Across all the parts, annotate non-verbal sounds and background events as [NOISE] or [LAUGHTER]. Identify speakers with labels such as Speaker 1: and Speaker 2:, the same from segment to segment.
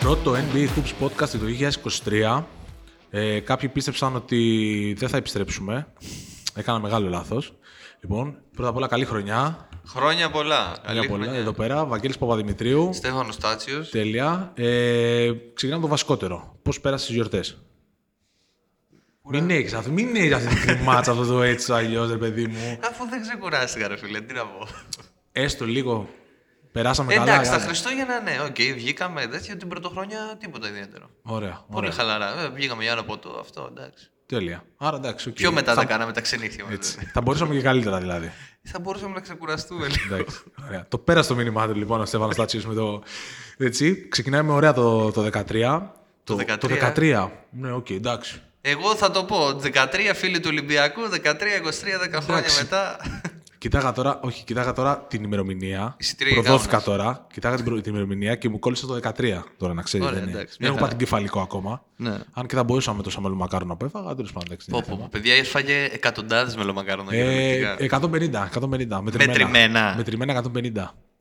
Speaker 1: πρώτο NBA Hoops Podcast το 2023. Ε, κάποιοι πίστεψαν ότι δεν θα επιστρέψουμε. Έκανα μεγάλο λάθος. Λοιπόν, πρώτα απ' όλα καλή χρονιά.
Speaker 2: Χρόνια πολλά.
Speaker 1: Καλή πολλά. Εδώ πέρα, Βαγγέλης Παπαδημητρίου.
Speaker 2: Στέφανος Στάτσιο.
Speaker 1: Τέλεια. Ε, ξεκινάμε το βασικότερο. Πώς πέρασες τις γιορτές. Μην έχεις αυτή, μην έχεις αυτή την κρυμάτσα αυτό το έτσι αλλιώς, ρε παιδί μου.
Speaker 2: Αφού δεν ξεκουράστηκα, ρε φίλε, τι να πω.
Speaker 1: Έστω λίγο. Περάσαμε καλά.
Speaker 2: Ε, Εντάξει, τα
Speaker 1: καλά.
Speaker 2: Χριστούγεννα, ναι, οκ, βγήκαμε. Τέτοια την πρωτοχρονιά τίποτα ιδιαίτερο.
Speaker 1: Ωραία.
Speaker 2: Πολύ
Speaker 1: ωραία.
Speaker 2: χαλαρά. Ε, Βγήκαμε για ένα ποτό, αυτό εντάξει.
Speaker 1: Τέλεια. Άρα εντάξει. οκ.
Speaker 2: Πιο μετά
Speaker 1: θα...
Speaker 2: τα κάναμε τα ξενύχια μα.
Speaker 1: έτσι. θα μπορούσαμε και καλύτερα δηλαδή.
Speaker 2: Θα μπορούσαμε να ξεκουραστούμε λοιπόν. λίγο.
Speaker 1: Εντάξει, ωραία. Το πέρασε το μήνυμά του λοιπόν ο Στέφανος Τάτσιο με το. Έτσι. Ξεκινάει με ωραία το, το 13.
Speaker 2: Το ε. 13.
Speaker 1: το 13. Ναι, οκ, εντάξει.
Speaker 2: Εγώ θα το πω. 13 φίλοι του Ολυμπιακού, 13, 23, 10 χρόνια
Speaker 1: Εντάξει.
Speaker 2: μετά.
Speaker 1: Κοιτάγα τώρα, όχι, κοιτάγα τώρα την ημερομηνία.
Speaker 2: Εισιτήρια για
Speaker 1: Προδόθηκα
Speaker 2: γάμους.
Speaker 1: τώρα. Κοιτάγα την, προ- την ημερομηνία και μου κόλλησε το 13 τώρα να ξέρεις.
Speaker 2: Ωραία,
Speaker 1: δεν, είναι.
Speaker 2: εντάξει,
Speaker 1: δεν έχω
Speaker 2: μια
Speaker 1: πάρει
Speaker 2: χαρά.
Speaker 1: την κεφαλικό ακόμα.
Speaker 2: ναι.
Speaker 1: Αν και θα μπορούσαμε το σαμέλο μακάρονα που έφαγα, τέλος πάντων. εντάξει,
Speaker 2: Πω,
Speaker 1: είναι
Speaker 2: πω,
Speaker 1: θέμα.
Speaker 2: πω. παιδιά, έφαγε εκατοντάδε μελομακάρονα.
Speaker 1: Ε,
Speaker 2: Ε,
Speaker 1: 150, 150.
Speaker 2: Μετρημένα.
Speaker 1: Μετρημένα 150.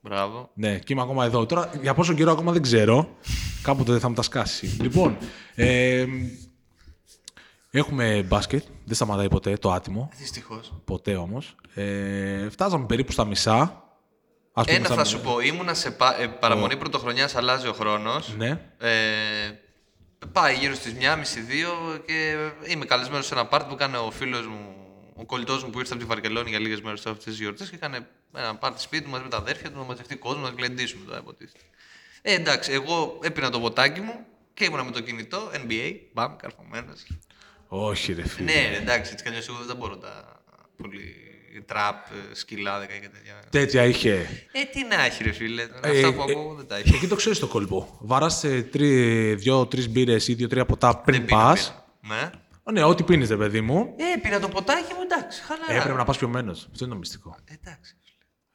Speaker 2: Μπράβο.
Speaker 1: Ναι, και είμαι ακόμα εδώ. Τώρα, για πόσο καιρό ακόμα δεν ξέρω. Κάποτε δεν θα μου τα σκάσει. λοιπόν, ε, έχουμε μπάσκετ. Δεν σταματάει ποτέ το άτιμο.
Speaker 2: Δυστυχώς.
Speaker 1: Ποτέ όμως. Ε, φτάσαμε περίπου στα μισά. Ας
Speaker 2: Ένα
Speaker 1: στα
Speaker 2: θα
Speaker 1: μισά.
Speaker 2: σου πω. Ήμουνα σε πα- ε, παραμονή πρωτοχρονιάς, αλλάζει ο χρόνος.
Speaker 1: Ναι.
Speaker 2: Ε, πάει γύρω στις 1.30-2 και είμαι καλεσμένος σε ένα πάρτι που έκανε ο φίλος μου, ο κολλητός μου που ήρθε από τη Βαρκελόνη για λίγες μέρες αυτές τις γιορτές και έκανε ένα πάρτι σπίτι του μαζί με τα αδέρφια του, να μαζευτεί κόσμος, να γλεντήσουμε τώρα υποτίθεται. Ε, εντάξει, εγώ έπινα το ποτάκι μου και ήμουνα με το κινητό, NBA, μπαμ, καρφωμένος.
Speaker 1: Όχι, ρε φίλε.
Speaker 2: ναι, ρε, εντάξει, έτσι κι αλλιώς εγώ δεν τα μπορώ τα πολύ τραπ, ε, σκυλάδικα και τέτοια.
Speaker 1: Τέτοια είχε.
Speaker 2: Ε, τι να έχει ρε φίλε,
Speaker 1: Ε,
Speaker 2: αυτά που
Speaker 1: ε,
Speaker 2: ακούω δεν τα έχει.
Speaker 1: Εκεί το ξέρεις το κόλπο. ε, Βαράσε δύο-τρει μπύρες ή δύο-τρία ποτά πριν
Speaker 2: Δεν πίνω,
Speaker 1: πα.
Speaker 2: πίνω. Ναι.
Speaker 1: Ναι, ό,τι πίνεις, ρε παιδί μου. Ε,
Speaker 2: Ε, πήρα το ποτάκι μου, εντάξει, χαλαρά. Ε,
Speaker 1: Έπρεπε να πας πιωμένος. Αυτό είναι το μυστικό.
Speaker 2: Εντάξει.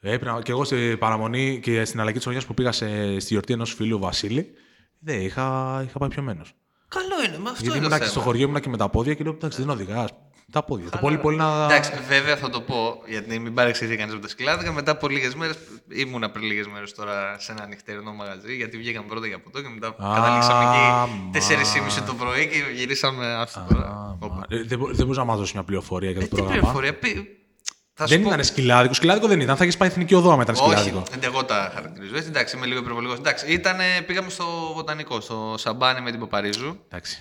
Speaker 1: Ε, Έπρεπε να- και εγώ στην παραμονή και στην αλλαγή της χρονιάς που πήγα σε, στη γιορτή ενός φίλου Βασίλη, δεν είχα, είχα πάει πιωμένος.
Speaker 2: Καλό είναι, μα
Speaker 1: Γιατί
Speaker 2: αυτό είναι
Speaker 1: ήμουν
Speaker 2: το
Speaker 1: και στο
Speaker 2: θέμα.
Speaker 1: χωριό, ήμουν και με τα πόδια και λέω: Εντάξει, δεν οδηγά. Τα πόδια. Το πολύ πολύ να.
Speaker 2: Εντάξει, βέβαια θα το πω, γιατί μην παρεξηγεί κανεί από τα σκυλάδικα. Μετά από λίγες μέρες, ήμουνα πριν λίγες μέρες τώρα σε ένα νυχτερινό μαγαζί, γιατί βγήκαμε πρώτα για ποτό και μετά καταλήξαμε
Speaker 1: μα.
Speaker 2: εκεί 4.30 το πρωί και γυρίσαμε αυτό τώρα.
Speaker 1: Άμα.
Speaker 2: Όπα.
Speaker 1: Ε, Δεν μπο- δεν μπορούσα να μα δώσει μια πληροφορία για
Speaker 2: Ε,
Speaker 1: το
Speaker 2: Τι
Speaker 1: πρόγραμμα.
Speaker 2: πληροφορία, πει. Θα σου
Speaker 1: Δεν
Speaker 2: πω.
Speaker 1: ήταν σκυλάδικο. Σκυλάδικο δεν ήταν. Θα είχες πάει εθνική οδό άμα ήταν σκυλάδικο.
Speaker 2: Όχι, δεν- εγώ τα χαρακτηρίζω. έτσι, Εντάξει, είμαι λίγο υπερβολικός. Εντάξει, ήτανε- πήγαμε στο βοτανικό, στο σαμπάνι με την Παπαρίζου.
Speaker 1: Εντάξει.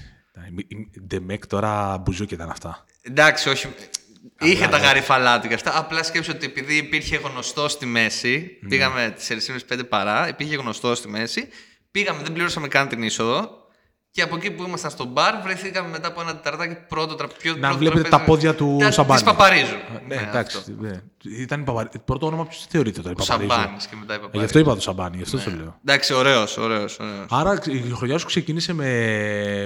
Speaker 1: Ντεμεκ τώρα μπουζούκι ήταν αυτά.
Speaker 2: Εντάξει, όχι. Είχε
Speaker 1: ναι.
Speaker 2: τα γαριφαλάτικα αυτά. Απλά σκέψω ότι επειδή υπήρχε γνωστό στη μέση, πήγαμε 4.30-5 παρά, υπήρχε γνωστό στη μέση, πήγαμε, δεν πλήρωσαμε καν την είσοδο. Και από εκεί που ήμασταν στο μπαρ, βρεθήκαμε μετά από ένα τεταρτάκι πρώτο τραπέζι.
Speaker 1: Να βλέπετε τα πόδια του Σαμπάνη.
Speaker 2: Της Παπαρίζου.
Speaker 1: Ε, Ναι,
Speaker 2: αυτό.
Speaker 1: εντάξει. ναι. Ήταν η Παπα- πρώτο όνομα ποιος θεωρείται τώρα. η
Speaker 2: Ο
Speaker 1: Παπαρίζου.
Speaker 2: Σαμπάνης και μετά η
Speaker 1: Ε, Γι'
Speaker 2: Παπαρίζου.
Speaker 1: αυτό είπα το Σαμπάνι, γι'
Speaker 2: Ναι.
Speaker 1: αυτό σου λέω.
Speaker 2: Εντάξει, ωραίος, ωραίος. ωραίος.
Speaker 1: Άρα η χρονιά σου ξεκίνησε με,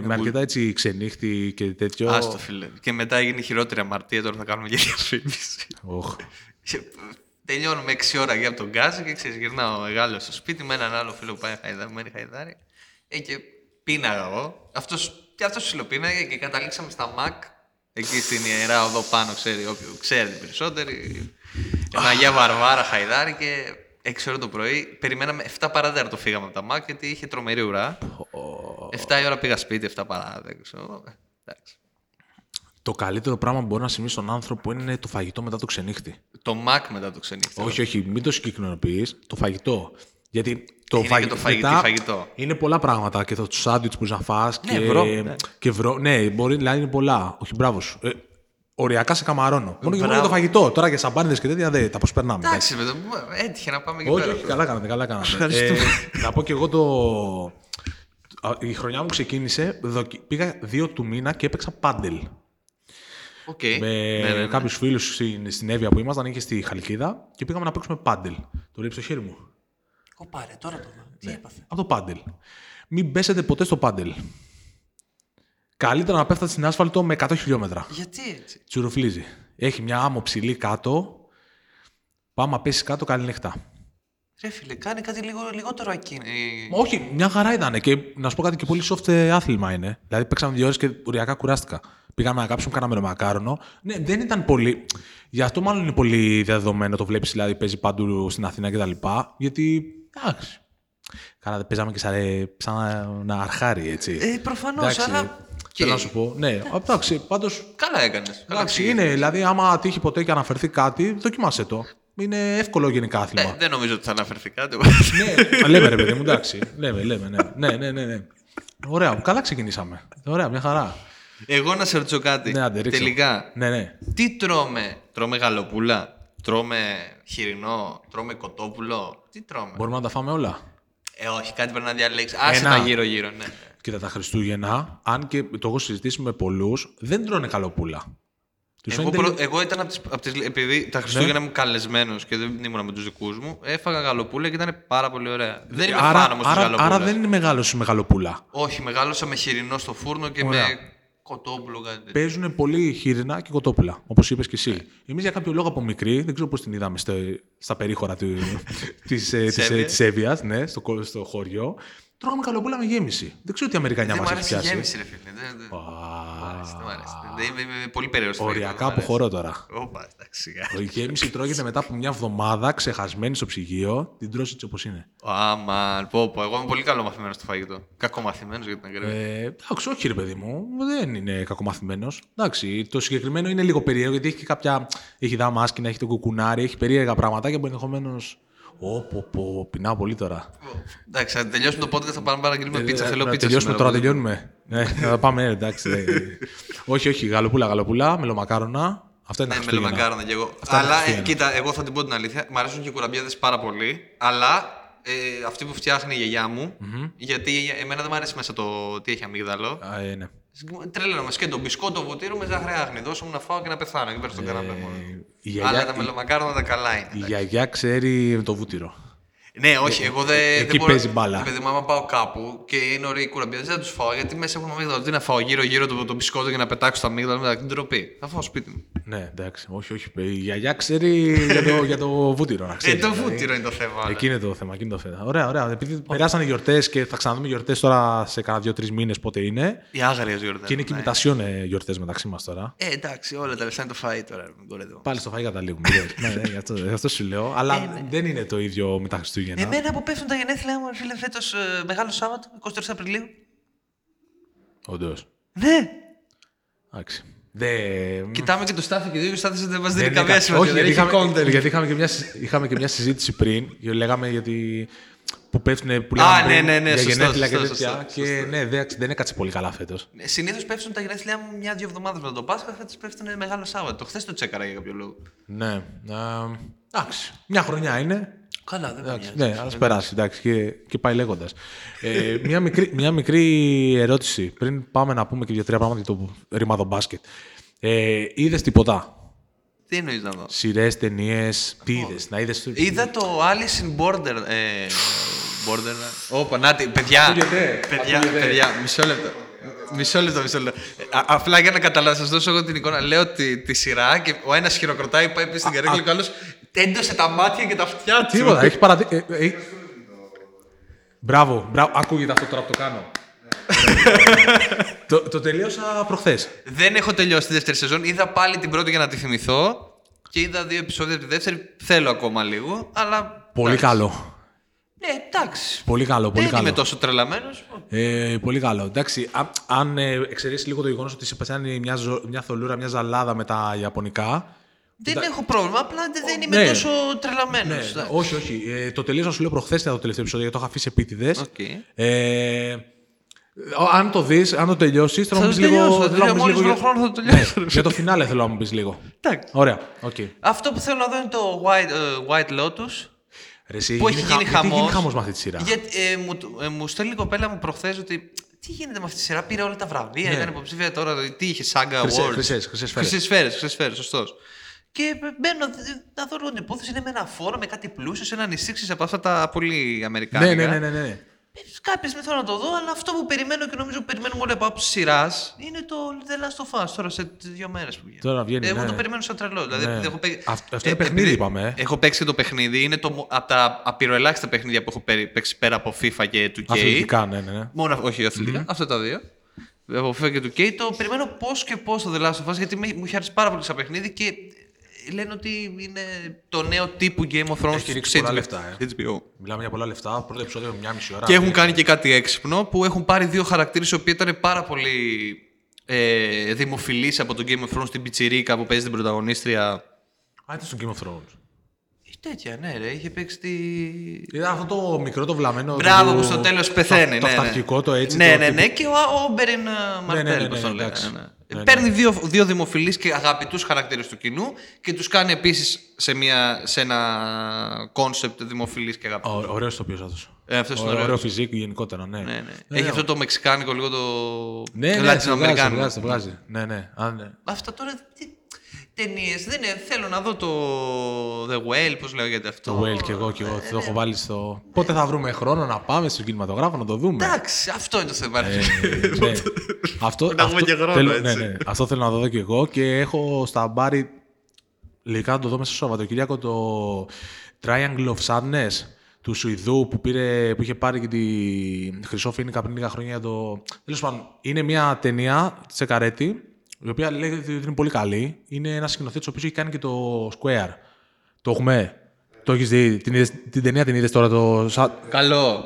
Speaker 1: με αρκετά έτσι ξενύχτη και τέτοιο.
Speaker 2: Άστο, φίλε. Και μετά έγινε η χειρότερη αμαρτία, τώρα θα κάνουμε και διαφήμιση.
Speaker 1: Οχ.
Speaker 2: Και Τελειώνουμε 6 ώρα για από τον Γκάζι και ξέρεις, γυρνάω μεγάλο στο σπίτι με έναν άλλο φίλο που πάει χαϊδάρι, μένει χαϊδάρι. Ε, και πίναγα εγώ. Αυτός, και αυτός ψιλοπίναγε και καταλήξαμε στα ΜΑΚ. Εκεί στην ιερά οδό πάνω, ξέρει όποιον ξέρει την περισσότερη. Ένα Αγία Βαρβάρα χαϊδάρι και 6 ώρα το πρωί. Περιμέναμε 7 παρατέταρτο φύγαμε από τα ΜΑΚ γιατί είχε τρομερή ουρά. 7 η ώρα πήγα σπίτι, 7 παρά, δεν ξέρω. Εντάξει.
Speaker 1: Το καλύτερο πράγμα που μπορεί να συμβεί στον άνθρωπο είναι το φαγητό μετά το ξενύχτη.
Speaker 2: Το ΜΑΚ μετά το ξενύχτα.
Speaker 1: Όχι, όχι, μην το συγκεκρινοποιεί. Το φαγητό. Γιατί το,
Speaker 2: Είναι και
Speaker 1: φαγη-
Speaker 2: το φαγη-
Speaker 1: μετά
Speaker 2: τι φαγητό.
Speaker 1: Είναι πολλά πράγματα. Και το σάντουιτ που να φά.
Speaker 2: Ναι,
Speaker 1: και...
Speaker 2: βρω, ναι.
Speaker 1: και βρω. Ναι, μπορεί να είναι πολλά. Όχι, μπράβο σου. Ε, οριακά σε καμαρώνω. Μόνο και μόνο
Speaker 2: Μπράβο.
Speaker 1: για το φαγητό. Τώρα για σαμπάνιδες και τέτοια δεν τα προσπερνάμε.
Speaker 2: Εντάξει, παιδί μου, έτυχε να πάμε εκεί
Speaker 1: Όχι,
Speaker 2: πέρα.
Speaker 1: όχι, καλά κάνατε, καλά κάνατε.
Speaker 2: Ευχαριστούμε.
Speaker 1: να πω και εγώ το... Α, Η χρονιά μου ξεκίνησε, δοκι- πήγα δύο του μήνα και έπαιξα πάντελ.
Speaker 2: Οκ.
Speaker 1: με
Speaker 2: Ναι, ναι, ναι.
Speaker 1: κάποιους φίλους στην, στην Εύβοια που ήμασταν, είχε στη Χαλκίδα και πήγαμε να παίξουμε πάντελ. Το λέει στο χέρι μου.
Speaker 2: Ω, πάρε, τώρα το δω.
Speaker 1: Ναι.
Speaker 2: Τι έπαθε.
Speaker 1: Από το πάντελ. Μην πέσετε ποτέ στο πάντελ. Καλύτερα να πέφτατε στην άσφαλτο με 100 χιλιόμετρα.
Speaker 2: Γιατί έτσι.
Speaker 1: Τσουρουφλίζει. Έχει μια άμμο ψηλή κάτω. Πάμε να πέσει κάτω, καλή νύχτα.
Speaker 2: Ρε φίλε, κάνει κάτι λίγο, λιγότερο ακίνητο.
Speaker 1: Μα Όχι, μια χαρά ήταν. Και να σου πω κάτι και πολύ soft ε, άθλημα είναι. Δηλαδή παίξαμε δύο ώρες και ουριακά κουράστηκα. Πήγαμε να κάψουμε, κάναμε ένα μακάρονο. Ναι, δεν ήταν πολύ. Γι' αυτό μάλλον είναι πολύ δεδομένο το βλέπεις, δηλαδή παίζει παντού στην Αθήνα κτλ. Γιατί. Εντάξει. Καλά, παίζαμε και σαν, ε, σαν να αρχάρει, έτσι.
Speaker 2: Ε, προφανώς,
Speaker 1: Εντάξει,
Speaker 2: αλλά. Και...
Speaker 1: Θέλω να σου πω. Ναι, εντάξει, πάντως.
Speaker 2: Καλά έκανες.
Speaker 1: Εντάξει, είναι. Δηλαδή, άμα τύχει ποτέ και αναφερθεί κάτι, δοκιμάσαι το. Είναι εύκολο γενικά άθλημα.
Speaker 2: Ε, δεν νομίζω ότι θα αναφερθεί κάτι.
Speaker 1: ναι, λέμε ρε παιδί μου, εντάξει. Λέμε, λέμε, ναι. ναι, ναι, ναι, ναι. Ωραία, καλά ξεκινήσαμε. Ωραία, μια χαρά.
Speaker 2: Εγώ να σε ρωτήσω κάτι.
Speaker 1: Ναι, άντε, ρίξε.
Speaker 2: Τελικά,
Speaker 1: Ναι, ναι.
Speaker 2: τι τρώμε. Τρώμε γαλοπούλα. Τρώμε χοιρινό. Τρώμε κοτόπουλο. Τι τρώμε.
Speaker 1: Μπορούμε να τα φάμε όλα.
Speaker 2: Ε, όχι, κάτι πρέπει να διαλέξει. Άσε
Speaker 1: Ένα.
Speaker 2: τα γύρω-γύρω, ναι.
Speaker 1: Κοίτα, τα Χριστούγεννα, αν και το έχω συζητήσει με πολλούς, δεν τρώνε καλοπούλα. Τους
Speaker 2: Εγώ,
Speaker 1: φαίνεται
Speaker 2: προ-
Speaker 1: λίγο- Ναι.
Speaker 2: εγώ ήταν από τις, απ' τις- Επειδή τα Χριστούγεννα ήμουν καλεσμένος και δεν ήμουν με τους δικούς μου, έφαγα γαλοπούλα και ήταν πάρα πολύ ωραία. Δεν είμαι
Speaker 1: άρα,
Speaker 2: πάνω όμως της
Speaker 1: άρα,
Speaker 2: γαλοπούλα.
Speaker 1: άρα δεν είναι μεγάλο η μεγαλοπούλα.
Speaker 2: Όχι, μεγάλωσα με χοιρινό στο φούρνο και
Speaker 1: Ωραία.
Speaker 2: με κοτόπουλο κάτι τέτοιο.
Speaker 1: Παίζουν πολύ χοιρινά και κοτόπουλα, όπως είπες και
Speaker 2: Ναι.
Speaker 1: εσύ. Εμείς για κάποιο λόγο από μικρή, δεν ξέρω πώς την είδαμε στο, στα περίχωρα
Speaker 2: [LAUGHS]
Speaker 1: ε, της
Speaker 2: Εύβοια.
Speaker 1: Εύβοια, ναι, στο, κο- στο χωριό, τρώγαμε καλοπούλα με γέμιση. Δεν ξέρω τι Αμερικανιά
Speaker 2: Δεν μου
Speaker 1: μα έχει
Speaker 2: αρέσει
Speaker 1: πιάσει.
Speaker 2: η γέμιση, ρε φίλε. Δεν, δεν...
Speaker 1: Α,
Speaker 2: Μ' αρέσει, δεν μ' αρέσει. Δεν- είμαι, είμαι πολύ περίεργος. στο φαγητό,
Speaker 1: Οριακά
Speaker 2: δεν μ' αρέσει.
Speaker 1: αποχωρώ τώρα.
Speaker 2: Όπα, εντάξει. σιγά.
Speaker 1: Η γέμιση τρώγεται μετά από μια εβδομάδα ξεχασμένη στο ψυγείο, την τρώσει έτσι όπως είναι.
Speaker 2: Αμαν, πω, πω. Εγώ είμαι πολύ καλό μαθημένος στο φαγητό. Κακομαθημένος για την ακρίβεια.
Speaker 1: Ε, εντάξει, όχι ρε παιδί μου, δεν είναι κακομαθημένος. Εντάξει, το συγκεκριμένο είναι λίγο περίεργο γιατί έχει και κάποια. Έχει δάμα άσκηνα, έχει το κουκουνάρι, έχει περίεργα πραγματάκια που ενδεχομένω. Όπω, πω, πεινάω πολύ τώρα.
Speaker 2: Εντάξει, αν τελειώσουμε το podcast θα πάμε παραγγείλουμε πίτσα.
Speaker 1: Ε,
Speaker 2: Θέλω
Speaker 1: να
Speaker 2: πίτσα.
Speaker 1: Τελειώσουμε
Speaker 2: σήμερα,
Speaker 1: τώρα,
Speaker 2: οπότε.
Speaker 1: τελειώνουμε. Ναι, να πάμε, ε, εντάξει. ε. όχι, όχι, γαλοπούλα, γαλοπούλα, μελομακάρονα. Αυτά είναι τα
Speaker 2: Ναι, με
Speaker 1: Χριστούγεννα.
Speaker 2: λεμαγκάρονα κι εγώ.
Speaker 1: Αυτά είναι
Speaker 2: αλλά ε,
Speaker 1: Χριστούγεννα.
Speaker 2: κοίτα, εγώ θα την πω την αλήθεια. Μ' αρέσουν και οι κουραμπιέδε πάρα πολύ. Αλλά ε, αυτή που φτιάχνει η γιαγιά μου, γιατί εμένα δεν μου αρέσει μέσα το τι έχει αμύγδαλο.
Speaker 1: Α, ε, ναι.
Speaker 2: Τρελαίνομαι και το μπισκότο βουτύρου με ζάχαρη άγνη. Δώσε μου να φάω και να πεθάνω. Εκεί πέρα στον καναπέ μόνο.
Speaker 1: Ε, η γιαγιά-
Speaker 2: Αλλά Ε, τα
Speaker 1: η-
Speaker 2: μελομακάρονα τα καλά είναι.
Speaker 1: Η γιαγιά ξέρει το βούτυρο.
Speaker 2: Ναι, όχι, εγώ δεν.
Speaker 1: εκεί
Speaker 2: δεν
Speaker 1: παίζει μπάλα.
Speaker 2: Ρε Παιδί μου, άμα πάω κάπου και είναι ωραίοι κουραμπιέδε, δεν τους φάω γιατί μέσα έχουν αμύγδαλα. Τι να φάω γύρω-γύρω το, το μπισκότο για να πετάξω τα αμύγδαλα μετά την τροπή. Θα φάω σπίτι μου. Ε,
Speaker 1: Ναι, εντάξει, όχι, όχι. Η γιαγιά ξέρει για το, για το βούτυρο. να
Speaker 2: Ε,
Speaker 1: ξέρεις,
Speaker 2: το
Speaker 1: δηλαδή.
Speaker 2: βούτυρο είναι το θέμα. ναι.
Speaker 1: Εκεί είναι το θέμα, εκεί είναι το θέμα. Ωραία, ωραία. Επειδή περάσανε γιορτές και θα ξαναδούμε γιορτές τώρα σε κάνα δύο-τρει μήνες πότε είναι.
Speaker 2: Οι άγριες γιορτές.
Speaker 1: Και είναι και ημιτασιών γιορτές μεταξύ μας τώρα.
Speaker 2: Ε, εντάξει, όλα τα λεφτά είναι το φαΐ τώρα. Μην κορεδεύω.
Speaker 1: Πάλι στο φαγητό
Speaker 2: [LAUGHS]
Speaker 1: καταλήγουμε. ναι, ναι, γι' αυτό, γι' αυτό σου λέω.
Speaker 2: Ε, ναι.
Speaker 1: Αλλά δεν είναι το ίδιο με τα Χριστούγεννα.
Speaker 2: Εμένα που πέφτουν τα γενέθλιά μου, φίλε, φέτος Μεγάλο Σάββατο, 23 Απριλίου.
Speaker 1: Όντως.
Speaker 2: Ναι!
Speaker 1: Εντάξει. Δεν.
Speaker 2: Κοιτάμε και το Στάθη και δύο Στάθη δεν μα
Speaker 1: δεν
Speaker 2: δίνει
Speaker 1: είναι
Speaker 2: καμία
Speaker 1: κα-
Speaker 2: σημασία.
Speaker 1: Όχι, γιατί,
Speaker 2: δεν έχει
Speaker 1: είχαμε,
Speaker 2: content.
Speaker 1: γιατί είχαμε, και μια, συ- είχαμε και μια συζήτηση πριν. και Λέγαμε γιατί. που πέφτουν που
Speaker 2: Α,
Speaker 1: λέγαμε
Speaker 2: ναι,
Speaker 1: πριν
Speaker 2: ναι, ναι,
Speaker 1: για
Speaker 2: σωστό,
Speaker 1: γενέθλια και
Speaker 2: σωστό,
Speaker 1: τέτοια.
Speaker 2: σωστό,
Speaker 1: και ναι, δεν, δεν έκατσε πολύ καλά φέτος.
Speaker 2: Συνήθω Ε, πέφτουν τα γενέθλιά μου μια-δύο εβδομάδες μετά το Πάσχα, φέτος πέφτουν Μεγάλο Σάββατο. Χθες το τσέκαρα για κάποιο λόγο.
Speaker 1: Ναι. ε, Εντάξει. Μια χρονιά είναι.
Speaker 2: Καλά, δεν
Speaker 1: Εντάξει, ναι, ας περάσει. Εντάξει, και, και πάει λέγοντας. Ε, μια, μικρή, μια μικρή ερώτηση πριν πάμε να πούμε και δύο-τρία πράγματα για το ρημάδο μπάσκετ. Ε, είδες τίποτα.
Speaker 2: Τι εννοείς να δω.
Speaker 1: Σειρές, ταινίες, τι είδες, να είδες.
Speaker 2: Είδα το Alice in Border. Ε, Borderland. Όπα, να τη, παιδιά.
Speaker 1: Ακούγεται,
Speaker 2: Παιδιά,
Speaker 1: ακούγεται.
Speaker 2: παιδιά, μισό λεπτό. Μισό λεπτό, μισό λεπτό. Ε, Α, απλά για να καταλάβω, σας δώσω εγώ την εικόνα. Λέω τη, τη σειρά και ο ένας χειροκροτάει, πάει πίσω στην καρέκλα και ο άλλο τέντωσε τα μάτια και τα αυτιά του.
Speaker 1: Τίποτα, έχεις παραδεί. Ε, ε, ε, Μπράβο, μπράβο, ακούγεται αυτό τώρα που το κάνω. το, το τελείωσα προχθές.
Speaker 2: Δεν έχω τελειώσει τη δεύτερη σεζόν. Είδα πάλι την πρώτη για να τη θυμηθώ. Και είδα δύο επεισόδια από τη δεύτερη. Θέλω ακόμα λίγο, αλλά.
Speaker 1: Πολύ
Speaker 2: εντάξει.
Speaker 1: καλό.
Speaker 2: Ναι, εντάξει.
Speaker 1: Πολύ καλό, πολύ
Speaker 2: Δεν είμαι
Speaker 1: καλό.
Speaker 2: τόσο τρελαμένος.
Speaker 1: Ε, πολύ καλό. Εντάξει, α- αν ε, εξαιρέσεις λίγο το γεγονός ότι σε πεθάνει μια, ζω- μια θολούρα, μια ζαλάδα με τα Ιαπωνικά.
Speaker 2: Δεν έχω πρόβλημα, απλά δεν- δεν είμαι
Speaker 1: ναι.
Speaker 2: τόσο τρελαμένος.
Speaker 1: Ναι, όχι, όχι. Ε, το τελείωσα να σου λέω προχθές το τελευταίο επεισόδιο γιατί το είχα αφήσει επίτηδες.
Speaker 2: Οκ.
Speaker 1: Ε, ο- αν το δεις, αν το τελειώσεις, θέλω να
Speaker 2: Θα
Speaker 1: μου πεις
Speaker 2: το τελειώσω,
Speaker 1: λίγο.
Speaker 2: θα το
Speaker 1: θέλω να μου πεις λίγο
Speaker 2: τελειώσω. Μόλις βρω
Speaker 1: για-
Speaker 2: χρόνο θα το τελειώσω,
Speaker 1: Ναι, για το φινάλε θέλω να μου πεις λίγο.
Speaker 2: Εντάξει.
Speaker 1: Ωραία, οκ.
Speaker 2: Αυτό που θέλω να δω είναι το White, ε, White Lotus.
Speaker 1: Ρε, εσύ,
Speaker 2: Που έχει
Speaker 1: χα-
Speaker 2: γίνει
Speaker 1: γιατί έχει γίνει
Speaker 2: χαμός.
Speaker 1: χαμός με αυτή τη σειρά.
Speaker 2: Γιατί ε, μου, το- ε, μου στέλνει η κοπέλα μου προχθές ότι. Τι γίνεται με αυτή τη σειρά, πήρε όλα τα βραβεία,
Speaker 1: Ναι.
Speaker 2: ήταν υποψήφια τώρα. δηλαδή, Τι είχε, Saga
Speaker 1: Χρυσές-
Speaker 2: Awards.
Speaker 1: χρυσές- χρυσές σφαίρες.
Speaker 2: Χρυσές σφαίρες, χρυσές σφαίρες, σωστός. Και ε, μπαίνω δε- να δω λίγο την υπόθεση. Είναι με ένα φόρο, με κάτι πλούσιο, σε έναν εισήξη από αυτά τα πολύ
Speaker 1: Ναι,
Speaker 2: αμερικάνικα.
Speaker 1: ναι, ναι, ναι, ναι.
Speaker 2: Κάποια στιγμή θέλω να το δω, αλλά αυτό που περιμένω και νομίζω που περιμένουμε όλοι από άποψη σειράς είναι το The Last of Us τώρα σε δύο μέρες που βγαίνει.
Speaker 1: Τώρα βγαίνει,
Speaker 2: Εγώ
Speaker 1: ναι.
Speaker 2: το περιμένω σαν τρελό. Δηλαδή,
Speaker 1: Ναι.
Speaker 2: έχω παί-
Speaker 1: Αυτό- αυτό είναι παιχνίδι,
Speaker 2: επειδή
Speaker 1: είπαμε, ε.
Speaker 2: Έχω παίξει και το παιχνίδι. Είναι το, από τα απειροελάχιστα παιχνίδια που έχω παίρει- παίξει πέρα από FIFA και 2K.
Speaker 1: Αθλητικά, ναι, ναι. ναι.
Speaker 2: Μόνο, όχι αθλητικά, αυτά τα δύο. Από FIFA και 2K. Το περιμένω πώς και πώς το The Last of Us γιατί με- μου είχε αρέσει πάρα πολύ σαν παιχνίδι και λένε ότι είναι το νέο τύπου Game of Thrones
Speaker 1: Έχει
Speaker 2: στο
Speaker 1: ρίξει πολλά
Speaker 2: HBO.
Speaker 1: λεφτά, ε.
Speaker 2: HBO.
Speaker 1: Μιλάμε για πολλά λεφτά. Πρώτο επεισόδιο μια μισή ώρα.
Speaker 2: Και έχουν
Speaker 1: Ναι.
Speaker 2: κάνει και κάτι έξυπνο που έχουν πάρει δύο χαρακτήρες οι οποίοι ήταν πάρα πολύ ε, δημοφιλείς από το Game of Thrones την Πιτσιρίκα που παίζει την πρωταγωνίστρια.
Speaker 1: Α, ήταν στο Game of Thrones.
Speaker 2: Ε, τέτοια, ναι, ρε, είχε παίξει τη.
Speaker 1: Ήταν αυτό το μικρό το βλαμμένο.
Speaker 2: Μπράβο
Speaker 1: το-
Speaker 2: που στο τέλος πεθαίνει.
Speaker 1: Το,
Speaker 2: ναι,
Speaker 1: το
Speaker 2: ναι.
Speaker 1: αυταρχικό το έτσι.
Speaker 2: Ναι,
Speaker 1: το
Speaker 2: ναι,
Speaker 1: τύπου-
Speaker 2: ναι, και ο Όμπεριν Μαρτέλ,
Speaker 1: ναι, ναι,
Speaker 2: πώς τον
Speaker 1: ναι,
Speaker 2: λέγανε,
Speaker 1: εντάξει.
Speaker 2: ναι.
Speaker 1: Ναι, ναι.
Speaker 2: Παίρνει δύο, δύο δημοφιλείς και αγαπητούς χαρακτήρες του κοινού και τους κάνει επίσης σε, μια- σε ένα κόνσεπτ δημοφιλείς και αγαπητούς.
Speaker 1: Ω- Ωραίος το ποιος αυτός.
Speaker 2: Ε, αυτός είναι
Speaker 1: Ωραίο
Speaker 2: ωραίος.
Speaker 1: φυσικό γενικότερα, ναι.
Speaker 2: Ναι, ναι.
Speaker 1: Ναι,
Speaker 2: Έχει
Speaker 1: ναι.
Speaker 2: αυτό το μεξικάνικο λίγο το.
Speaker 1: Ναι, ναι, σε βγάζει, σε βγάζει, σε βγάζει. Ναι, ναι. Α, ναι.
Speaker 2: Αυτά τώρα. Ταινίες. Δεν είναι. Θέλω να δω το. The Whale, πώς λέγεται αυτό.
Speaker 1: Το Whale και εγώ και εγώ το έχω βάλει στο. Πότε θα βρούμε χρόνο να πάμε στον κινηματογράφο να το δούμε.
Speaker 2: Εντάξει, αυτό είναι το θέμα.
Speaker 1: Ε, ναι. αυτό,
Speaker 2: Να έχουμε
Speaker 1: αυτό
Speaker 2: και χρόνο,
Speaker 1: θέλω,
Speaker 2: έτσι.
Speaker 1: ναι, ναι. αυτό θέλω να δω και εγώ και έχω στα μπάρι λογικά να το δω μέσα στο Σαββατοκύριακο το Triangle of Sadness του Σουηδού που, πήρε, που είχε πάρει και τη Χρυσό Φίνικα πριν λίγα χρόνια το... Τέλος πάντων, είναι μια ταινία σε καρέτη η οποία λέγεται ότι είναι πολύ καλή. Είναι ένα σκηνοθέτης ο οποίος έχει κάνει και το Square. Το έχουμε. Το έχεις δει. Την, είδες- την ταινία την είδες τώρα. Το, Sa-
Speaker 2: Καλό.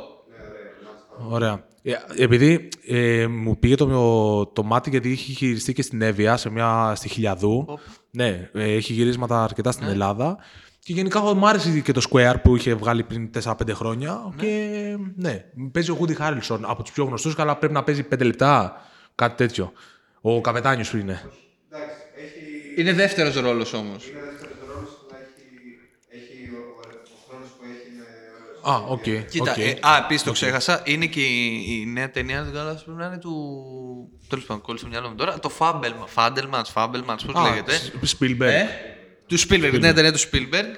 Speaker 1: Ωραία. Ε, επειδή ε, μου πήγε το, το μάτι γιατί είχε γυριστεί και στην Εύβοια, σε μια, στη Χιλιαδού.
Speaker 2: Οπ. Ναι.
Speaker 1: Ναι, ε, έχει γυρίσματα αρκετά στην Ελλάδα. Και γενικά μου άρεσε και το Square που είχε βγάλει πριν 4-5 χρόνια. Και ναι, παίζει ο Woody Harrelson από τους πιο γνωστούς, αλλά πρέπει να παίζει 5 λεπτά, κάτι τέτοιο. Ο καπετάνιος που είναι.
Speaker 2: Είναι δεύτερος ρόλος όμως.
Speaker 1: Α, οκ.
Speaker 2: Κοίτα,
Speaker 1: οκ.
Speaker 2: ε, α, επίση το ξέχασα. Είναι και η, η νέα ταινία, δεν κάνω λάθος, πρέπει να είναι του. Τέλος πάντων, κόλλησε το μυαλό μου τώρα. Το Fabelman, Fabelman, Fabelman, πώς
Speaker 1: Α,
Speaker 2: λέγεται.
Speaker 1: Σ- Spielberg.
Speaker 2: Ε, του Spielberg, την νέα ταινία του Spielberg.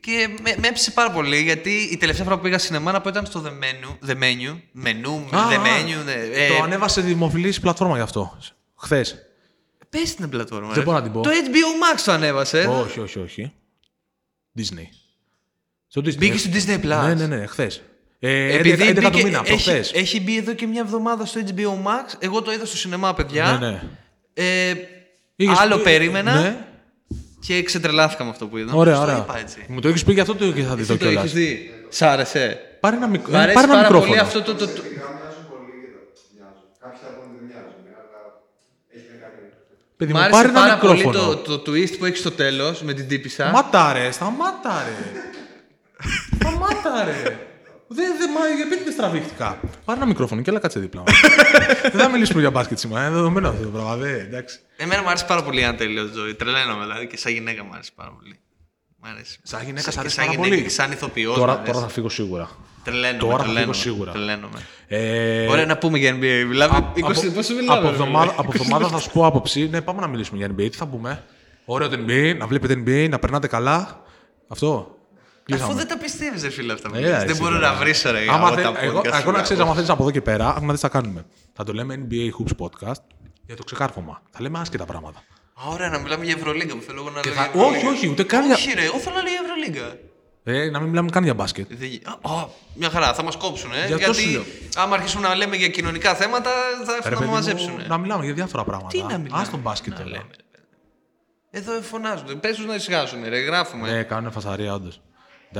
Speaker 2: Και με, με έψησε πάρα πολύ γιατί η τελευταία φορά που πήγα σινεμά να πω ήταν στο The Menu. The Menu. Μενού,
Speaker 1: Α,
Speaker 2: The
Speaker 1: α,
Speaker 2: Menu. ναι. Ε,
Speaker 1: Το ανέβασε δημοφιλής πλατφόρμα γι' αυτό. Χθες.
Speaker 2: Πες την πλατφόρμα.
Speaker 1: Δεν
Speaker 2: ρε.
Speaker 1: μπορώ να την πω.
Speaker 2: Το HBO Max το ανέβασε.
Speaker 1: Όχι, όχι, όχι. Disney. Στο Disney.
Speaker 2: Μπήκε στο Disney Plus.
Speaker 1: Ναι, ναι, ναι, χθες. Ε, Επειδή 11 του
Speaker 2: μπήκε-
Speaker 1: μήνα,
Speaker 2: έχει,
Speaker 1: προχθές.
Speaker 2: έχει μπει εδώ και μια εβδομάδα στο HBO Max. Εγώ το είδα στο σινεμά, παιδιά.
Speaker 1: Ναι, ναι.
Speaker 2: Ε,
Speaker 1: Είχες
Speaker 2: άλλο
Speaker 1: πει-
Speaker 2: περίμενα
Speaker 1: Ναι.
Speaker 2: και ξετρελάθηκα με αυτό που είδα.
Speaker 1: Ωραία,
Speaker 2: Στο
Speaker 1: ωραία.
Speaker 2: είπα έτσι.
Speaker 1: Μου το έχεις πει για αυτό το και θα τη δω
Speaker 2: Εσύ το
Speaker 1: κιόλας.
Speaker 2: έχεις δει. Σ' άρεσε.
Speaker 1: Πάρε ένα, μικ...
Speaker 2: Μ' αρέσει
Speaker 1: Ε, πάρε ένα
Speaker 2: πάρα
Speaker 1: μικρόφωνο.
Speaker 2: πολύ αυτό το. το, το...
Speaker 1: Παιδί
Speaker 2: Μ'
Speaker 1: μου,
Speaker 2: άρεσε
Speaker 1: πάρε ένα
Speaker 2: πάρα πολύ
Speaker 1: μικρόφωνο.
Speaker 2: το, το twist που έχει στο τέλος με την τύπησα.
Speaker 1: Σταμάτα ρε, σταμάτα
Speaker 2: [LAUGHS]
Speaker 1: ρε. σταμάτα ρε. Δεν, δεν, μα, γιατί δεν στραβήχτηκα. Πάρε ένα μικρόφωνο και έλα κάτσε δίπλα μου. δεν θα μιλήσουμε για μπάσκετ σήμερα, είναι δεδομένο αυτό το πράγμα, δε, εντάξει.
Speaker 2: Εμένα μου άρεσε πάρα πολύ αν τελείω ζωής. Τρελαίνομαι δηλαδή και σαν γυναίκα μου άρεσε πάρα πολύ. Μ' αρέσει.
Speaker 1: Σαν γυναίκα
Speaker 2: και
Speaker 1: σ' αρέσει
Speaker 2: σαν
Speaker 1: πάρα
Speaker 2: γυναίκα
Speaker 1: πολύ.
Speaker 2: και Σαν ηθοποιός.
Speaker 1: Τώρα, τώρα θα φύγω σίγουρα.
Speaker 2: Τρελαίνομαι.
Speaker 1: τώρα θα φύγω
Speaker 2: τρελαίνομαι,
Speaker 1: σίγουρα.
Speaker 2: Τρελαίνομαι.
Speaker 1: Ε,
Speaker 2: Ωραία να πούμε για NBA. Μιλάμε. 20
Speaker 1: από-
Speaker 2: Πόσο μιλάμε.
Speaker 1: Από
Speaker 2: ρε,
Speaker 1: εβδομάδα,
Speaker 2: μιλάμε.
Speaker 1: από εβδομάδα θα σου πω άποψη. Ναι, πάμε να μιλήσουμε για NBA. Τι θα πούμε. Ωραίο το NBA, να βλέπετε NBA, να περνάτε καλά. Αυτό.
Speaker 2: Αφού
Speaker 1: Κλείσαμε.
Speaker 2: δεν τα πιστεύεις, φίλε αυτά. που
Speaker 1: Ε,
Speaker 2: λες.
Speaker 1: ε,
Speaker 2: Δεν
Speaker 1: εσύ,
Speaker 2: μπορώ
Speaker 1: τώρα.
Speaker 2: να βρεις ρε.
Speaker 1: Άμα
Speaker 2: όλα
Speaker 1: θε,
Speaker 2: τα
Speaker 1: εγώ,
Speaker 2: podcast
Speaker 1: εγώ να
Speaker 2: σου,
Speaker 1: ξέρει,
Speaker 2: άκου.
Speaker 1: άμα θέλει από εδώ και πέρα, άκου να δει τι θα κάνουμε. Θα το λέμε NBA Hoops Podcast για το ξεκάρφωμα. Θα λέμε άσχετα πράγματα.
Speaker 2: Α, Ωραία, να μιλάμε για Ευρωλίγκα που θέλω εγώ να λέω.
Speaker 1: θα-
Speaker 2: για Ευρωλίγκα.
Speaker 1: όχι, όχι, ούτε καν για-
Speaker 2: Όχι, ρε, εγώ θέλω να λέω για Ευρωλίγκα.
Speaker 1: Ε, να μην μιλάμε καν για μπάσκετ.
Speaker 2: Δεν- Α, α, μια χαρά, θα μας κόψουν. Ε,
Speaker 1: Για αυτό σου
Speaker 2: γιατί
Speaker 1: λέω.
Speaker 2: άμα αρχίσουμε να λέμε για κοινωνικά θέματα, θα έρθουν
Speaker 1: Ρε,
Speaker 2: να
Speaker 1: παιδί
Speaker 2: μα
Speaker 1: μου,
Speaker 2: μαζέψουν.
Speaker 1: να μιλάμε για διάφορα πράγματα.
Speaker 2: Τι να μιλάμε.
Speaker 1: Ας τον μπάσκετ
Speaker 2: να
Speaker 1: τώρα.
Speaker 2: λέμε. Εδώ φωνάζουν. Πες τους να ησυχάσουν, ρε, γράφουμε.
Speaker 1: Ναι, κάνουν φασαρία όντως.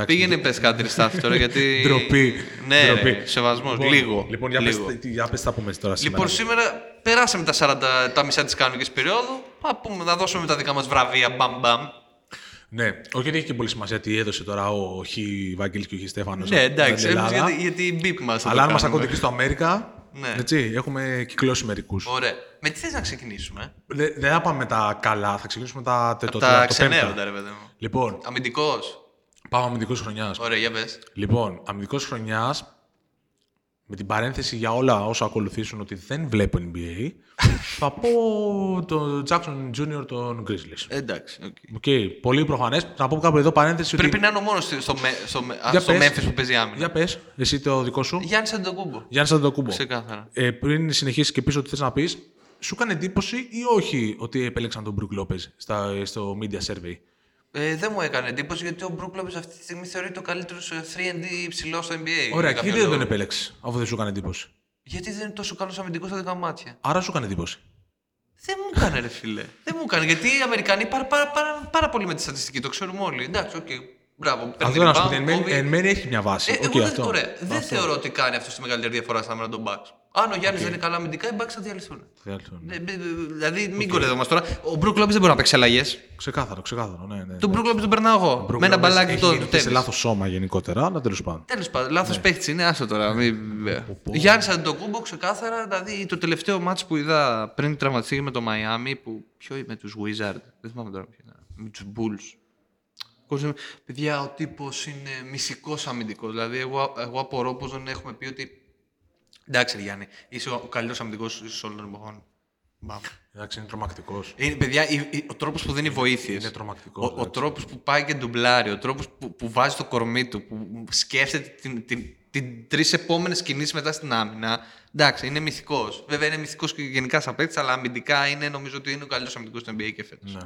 Speaker 2: Πήγαινε πε κάτι ρε, Στάθη τώρα γιατί.
Speaker 1: Ντροπή.
Speaker 2: Ναι,
Speaker 1: ντροπή.
Speaker 2: ρε, σεβασμός.
Speaker 1: Λοιπόν,
Speaker 2: λίγο.
Speaker 1: Λοιπόν, για
Speaker 2: λίγο.
Speaker 1: πες, τι- για πες τι θα πούμε τώρα σήμερα.
Speaker 2: Λοιπόν, σήμερα περάσαμε τα, 40, τα μισά της κανονικής περίοδου. Α πούμε, να δώσουμε τα δικά μας βραβεία. Μπαμ, μπαμ.
Speaker 1: Ναι, όχι ότι έχει και πολύ σημασία τι έδωσε τώρα ο Χ Βαγγέλης και ο Χ Στέφανος.
Speaker 2: Ναι,
Speaker 1: από την
Speaker 2: εντάξει,
Speaker 1: Ελλάδα.
Speaker 2: εμείς γιατί, γιατί η μπίπ μας.
Speaker 1: Αλλά αν μας ακούτε και στο Αμέρικα,
Speaker 2: Ναι.
Speaker 1: έτσι, έχουμε κυκλώσει μερικούς.
Speaker 2: Ωραία. Με τι θες να ξεκινήσουμε,
Speaker 1: Δε- Δεν θα πάμε με τα καλά, θα ξεκινήσουμε με τα
Speaker 2: ε?
Speaker 1: το, το-
Speaker 2: Τα
Speaker 1: το πέμπτο.
Speaker 2: ξενέροντα, ρε παιδί μου.
Speaker 1: Λοιπόν,
Speaker 2: Αμυντικός.
Speaker 1: πάμε αμυντικός χρονιάς.
Speaker 2: Ωραία, για πες.
Speaker 1: Λοιπόν, αμυντικός χρονιάς, με την παρένθεση για όλα όσα ακολουθήσουν ότι δεν βλέπω
Speaker 2: [LAUGHS]
Speaker 1: NBA, θα πω τον Jackson Jr. των Grizzlies.
Speaker 2: Εντάξει.
Speaker 1: Οκ,
Speaker 2: οκ.
Speaker 1: πολύ προφανές. Να πω κάπου εδώ παρένθεση
Speaker 2: Πρέπει
Speaker 1: ότι.
Speaker 2: να είναι ο μόνος στο, με, στο, με- α,
Speaker 1: Για
Speaker 2: στο
Speaker 1: πες.
Speaker 2: Memphis που παίζει άμυνα.
Speaker 1: Για Λοιπόν. πες, εσύ το δικό σου.
Speaker 2: Γιάννη Αντοκούμπο.
Speaker 1: Γιάννη Αντοκούμπο.
Speaker 2: Ξεκάθαρα.
Speaker 1: Ε, πριν συνεχίσεις και πίσω, τι θες να πεις, σου έκανε εντύπωση ή όχι ότι επέλεξαν τον Μπρουκ Λόπε στο media survey.
Speaker 2: Ε, δεν μου έκανε εντύπωση γιατί ο Μπρουκ Λόπες αυτή τη στιγμή θεωρείται ο καλύτερο 3D υψηλό στο NBA.
Speaker 1: Ωραία,
Speaker 2: για
Speaker 1: και
Speaker 2: κάποιο
Speaker 1: γιατί δεν τον
Speaker 2: λόγο.
Speaker 1: επέλεξες, αφού δεν σου έκανε εντύπωση.
Speaker 2: Γιατί δεν είναι τόσο καλός αμυντικός στα δικά μάτια.
Speaker 1: Άρα σου έκανε εντύπωση.
Speaker 2: Δεν μου έκανε, ρε φίλε. Δεν μου έκανε. Γιατί οι Αμερικανοί πάρα, πάρα, πάρα, πάρα πολύ με τη στατιστική, το ξέρουμε όλοι. Εντάξει, οκ. Μπράβο. παίρνει
Speaker 1: Αυτό να σου πω ότι
Speaker 2: rebound,
Speaker 1: εν μέρει-
Speaker 2: κόβει.
Speaker 1: εν μέρει έχει μια βάση.
Speaker 2: Ε,
Speaker 1: Οκ,
Speaker 2: εγώ δεν,
Speaker 1: αυτό.
Speaker 2: ωραία, δεν
Speaker 1: Αυτό.
Speaker 2: θεωρώ ότι κάνει αυτό τη μεγαλύτερη διαφορά στα μέρα των Bucks. Αν ο Γιάννης δεν είναι καλά αμυντικά, οι Bucks θα διαλυθούν.
Speaker 1: Θέλει, ναι.
Speaker 2: Ε, ε, ε, Δηλαδή, μην κορεδόμαστε τώρα. Ο Μπρουκ Λόπε δεν μπορεί να παίξει αλλαγές.
Speaker 1: Ξεκάθαρο, ξεκάθαρο. Ναι, ναι, ναι.
Speaker 2: Τον Μπρουκ Λόπε τον περνάω εγώ.
Speaker 1: Brook
Speaker 2: Με ένα
Speaker 1: Lopez
Speaker 2: μπαλάκι
Speaker 1: έχει
Speaker 2: το
Speaker 1: γεννηθεί σε
Speaker 2: τέννις.
Speaker 1: λάθος σώμα γενικότερα, αλλά τέλος πάντων.
Speaker 2: Τέλος πάντων, λάθος παίχτης είναι, άστο τώρα. Μην... Γιάννη Αντοκούμπο, ξεκάθαρα. Δηλαδή, το τελευταίο μάτσο που είδα πριν τραυματιστεί με το Μαϊάμι, που ποιο με τους Wizard, δεν θυμάμαι τώρα ποιο ήταν. Με τους Bulls. Κόσμο, παιδιά, ο τύπος είναι μυστικό αμυντικός. Δηλαδή, εγώ, εγώ απορώ πώ δεν έχουμε πει ότι. Εντάξει, ρε Γιάννη, είσαι ο καλύτερος αμυντικός όλων των εποχών. Μπαμ.
Speaker 1: Εντάξει, είναι τρομακτικός.
Speaker 2: Είναι, παιδιά, η- η- ο τρόπος που δίνει βοήθειες.
Speaker 1: Είναι τρομακτικός,
Speaker 2: Ο, ο
Speaker 1: εντάξει.
Speaker 2: τρόπος που πάει και ντουμπλάρει, ο τρόπος που, που βάζει το κορμί του, που σκέφτεται την, την, την τρεις επόμενες κινήσεις μετά στην άμυνα. Εντάξει, είναι μυθικός. Βέβαια, είναι μυθικός και γενικά σαν παίκτης, αλλά αμυντικά είναι, νομίζω ότι είναι ο καλύτερος αμυντικός του NBA και φέτος.
Speaker 1: Ναι.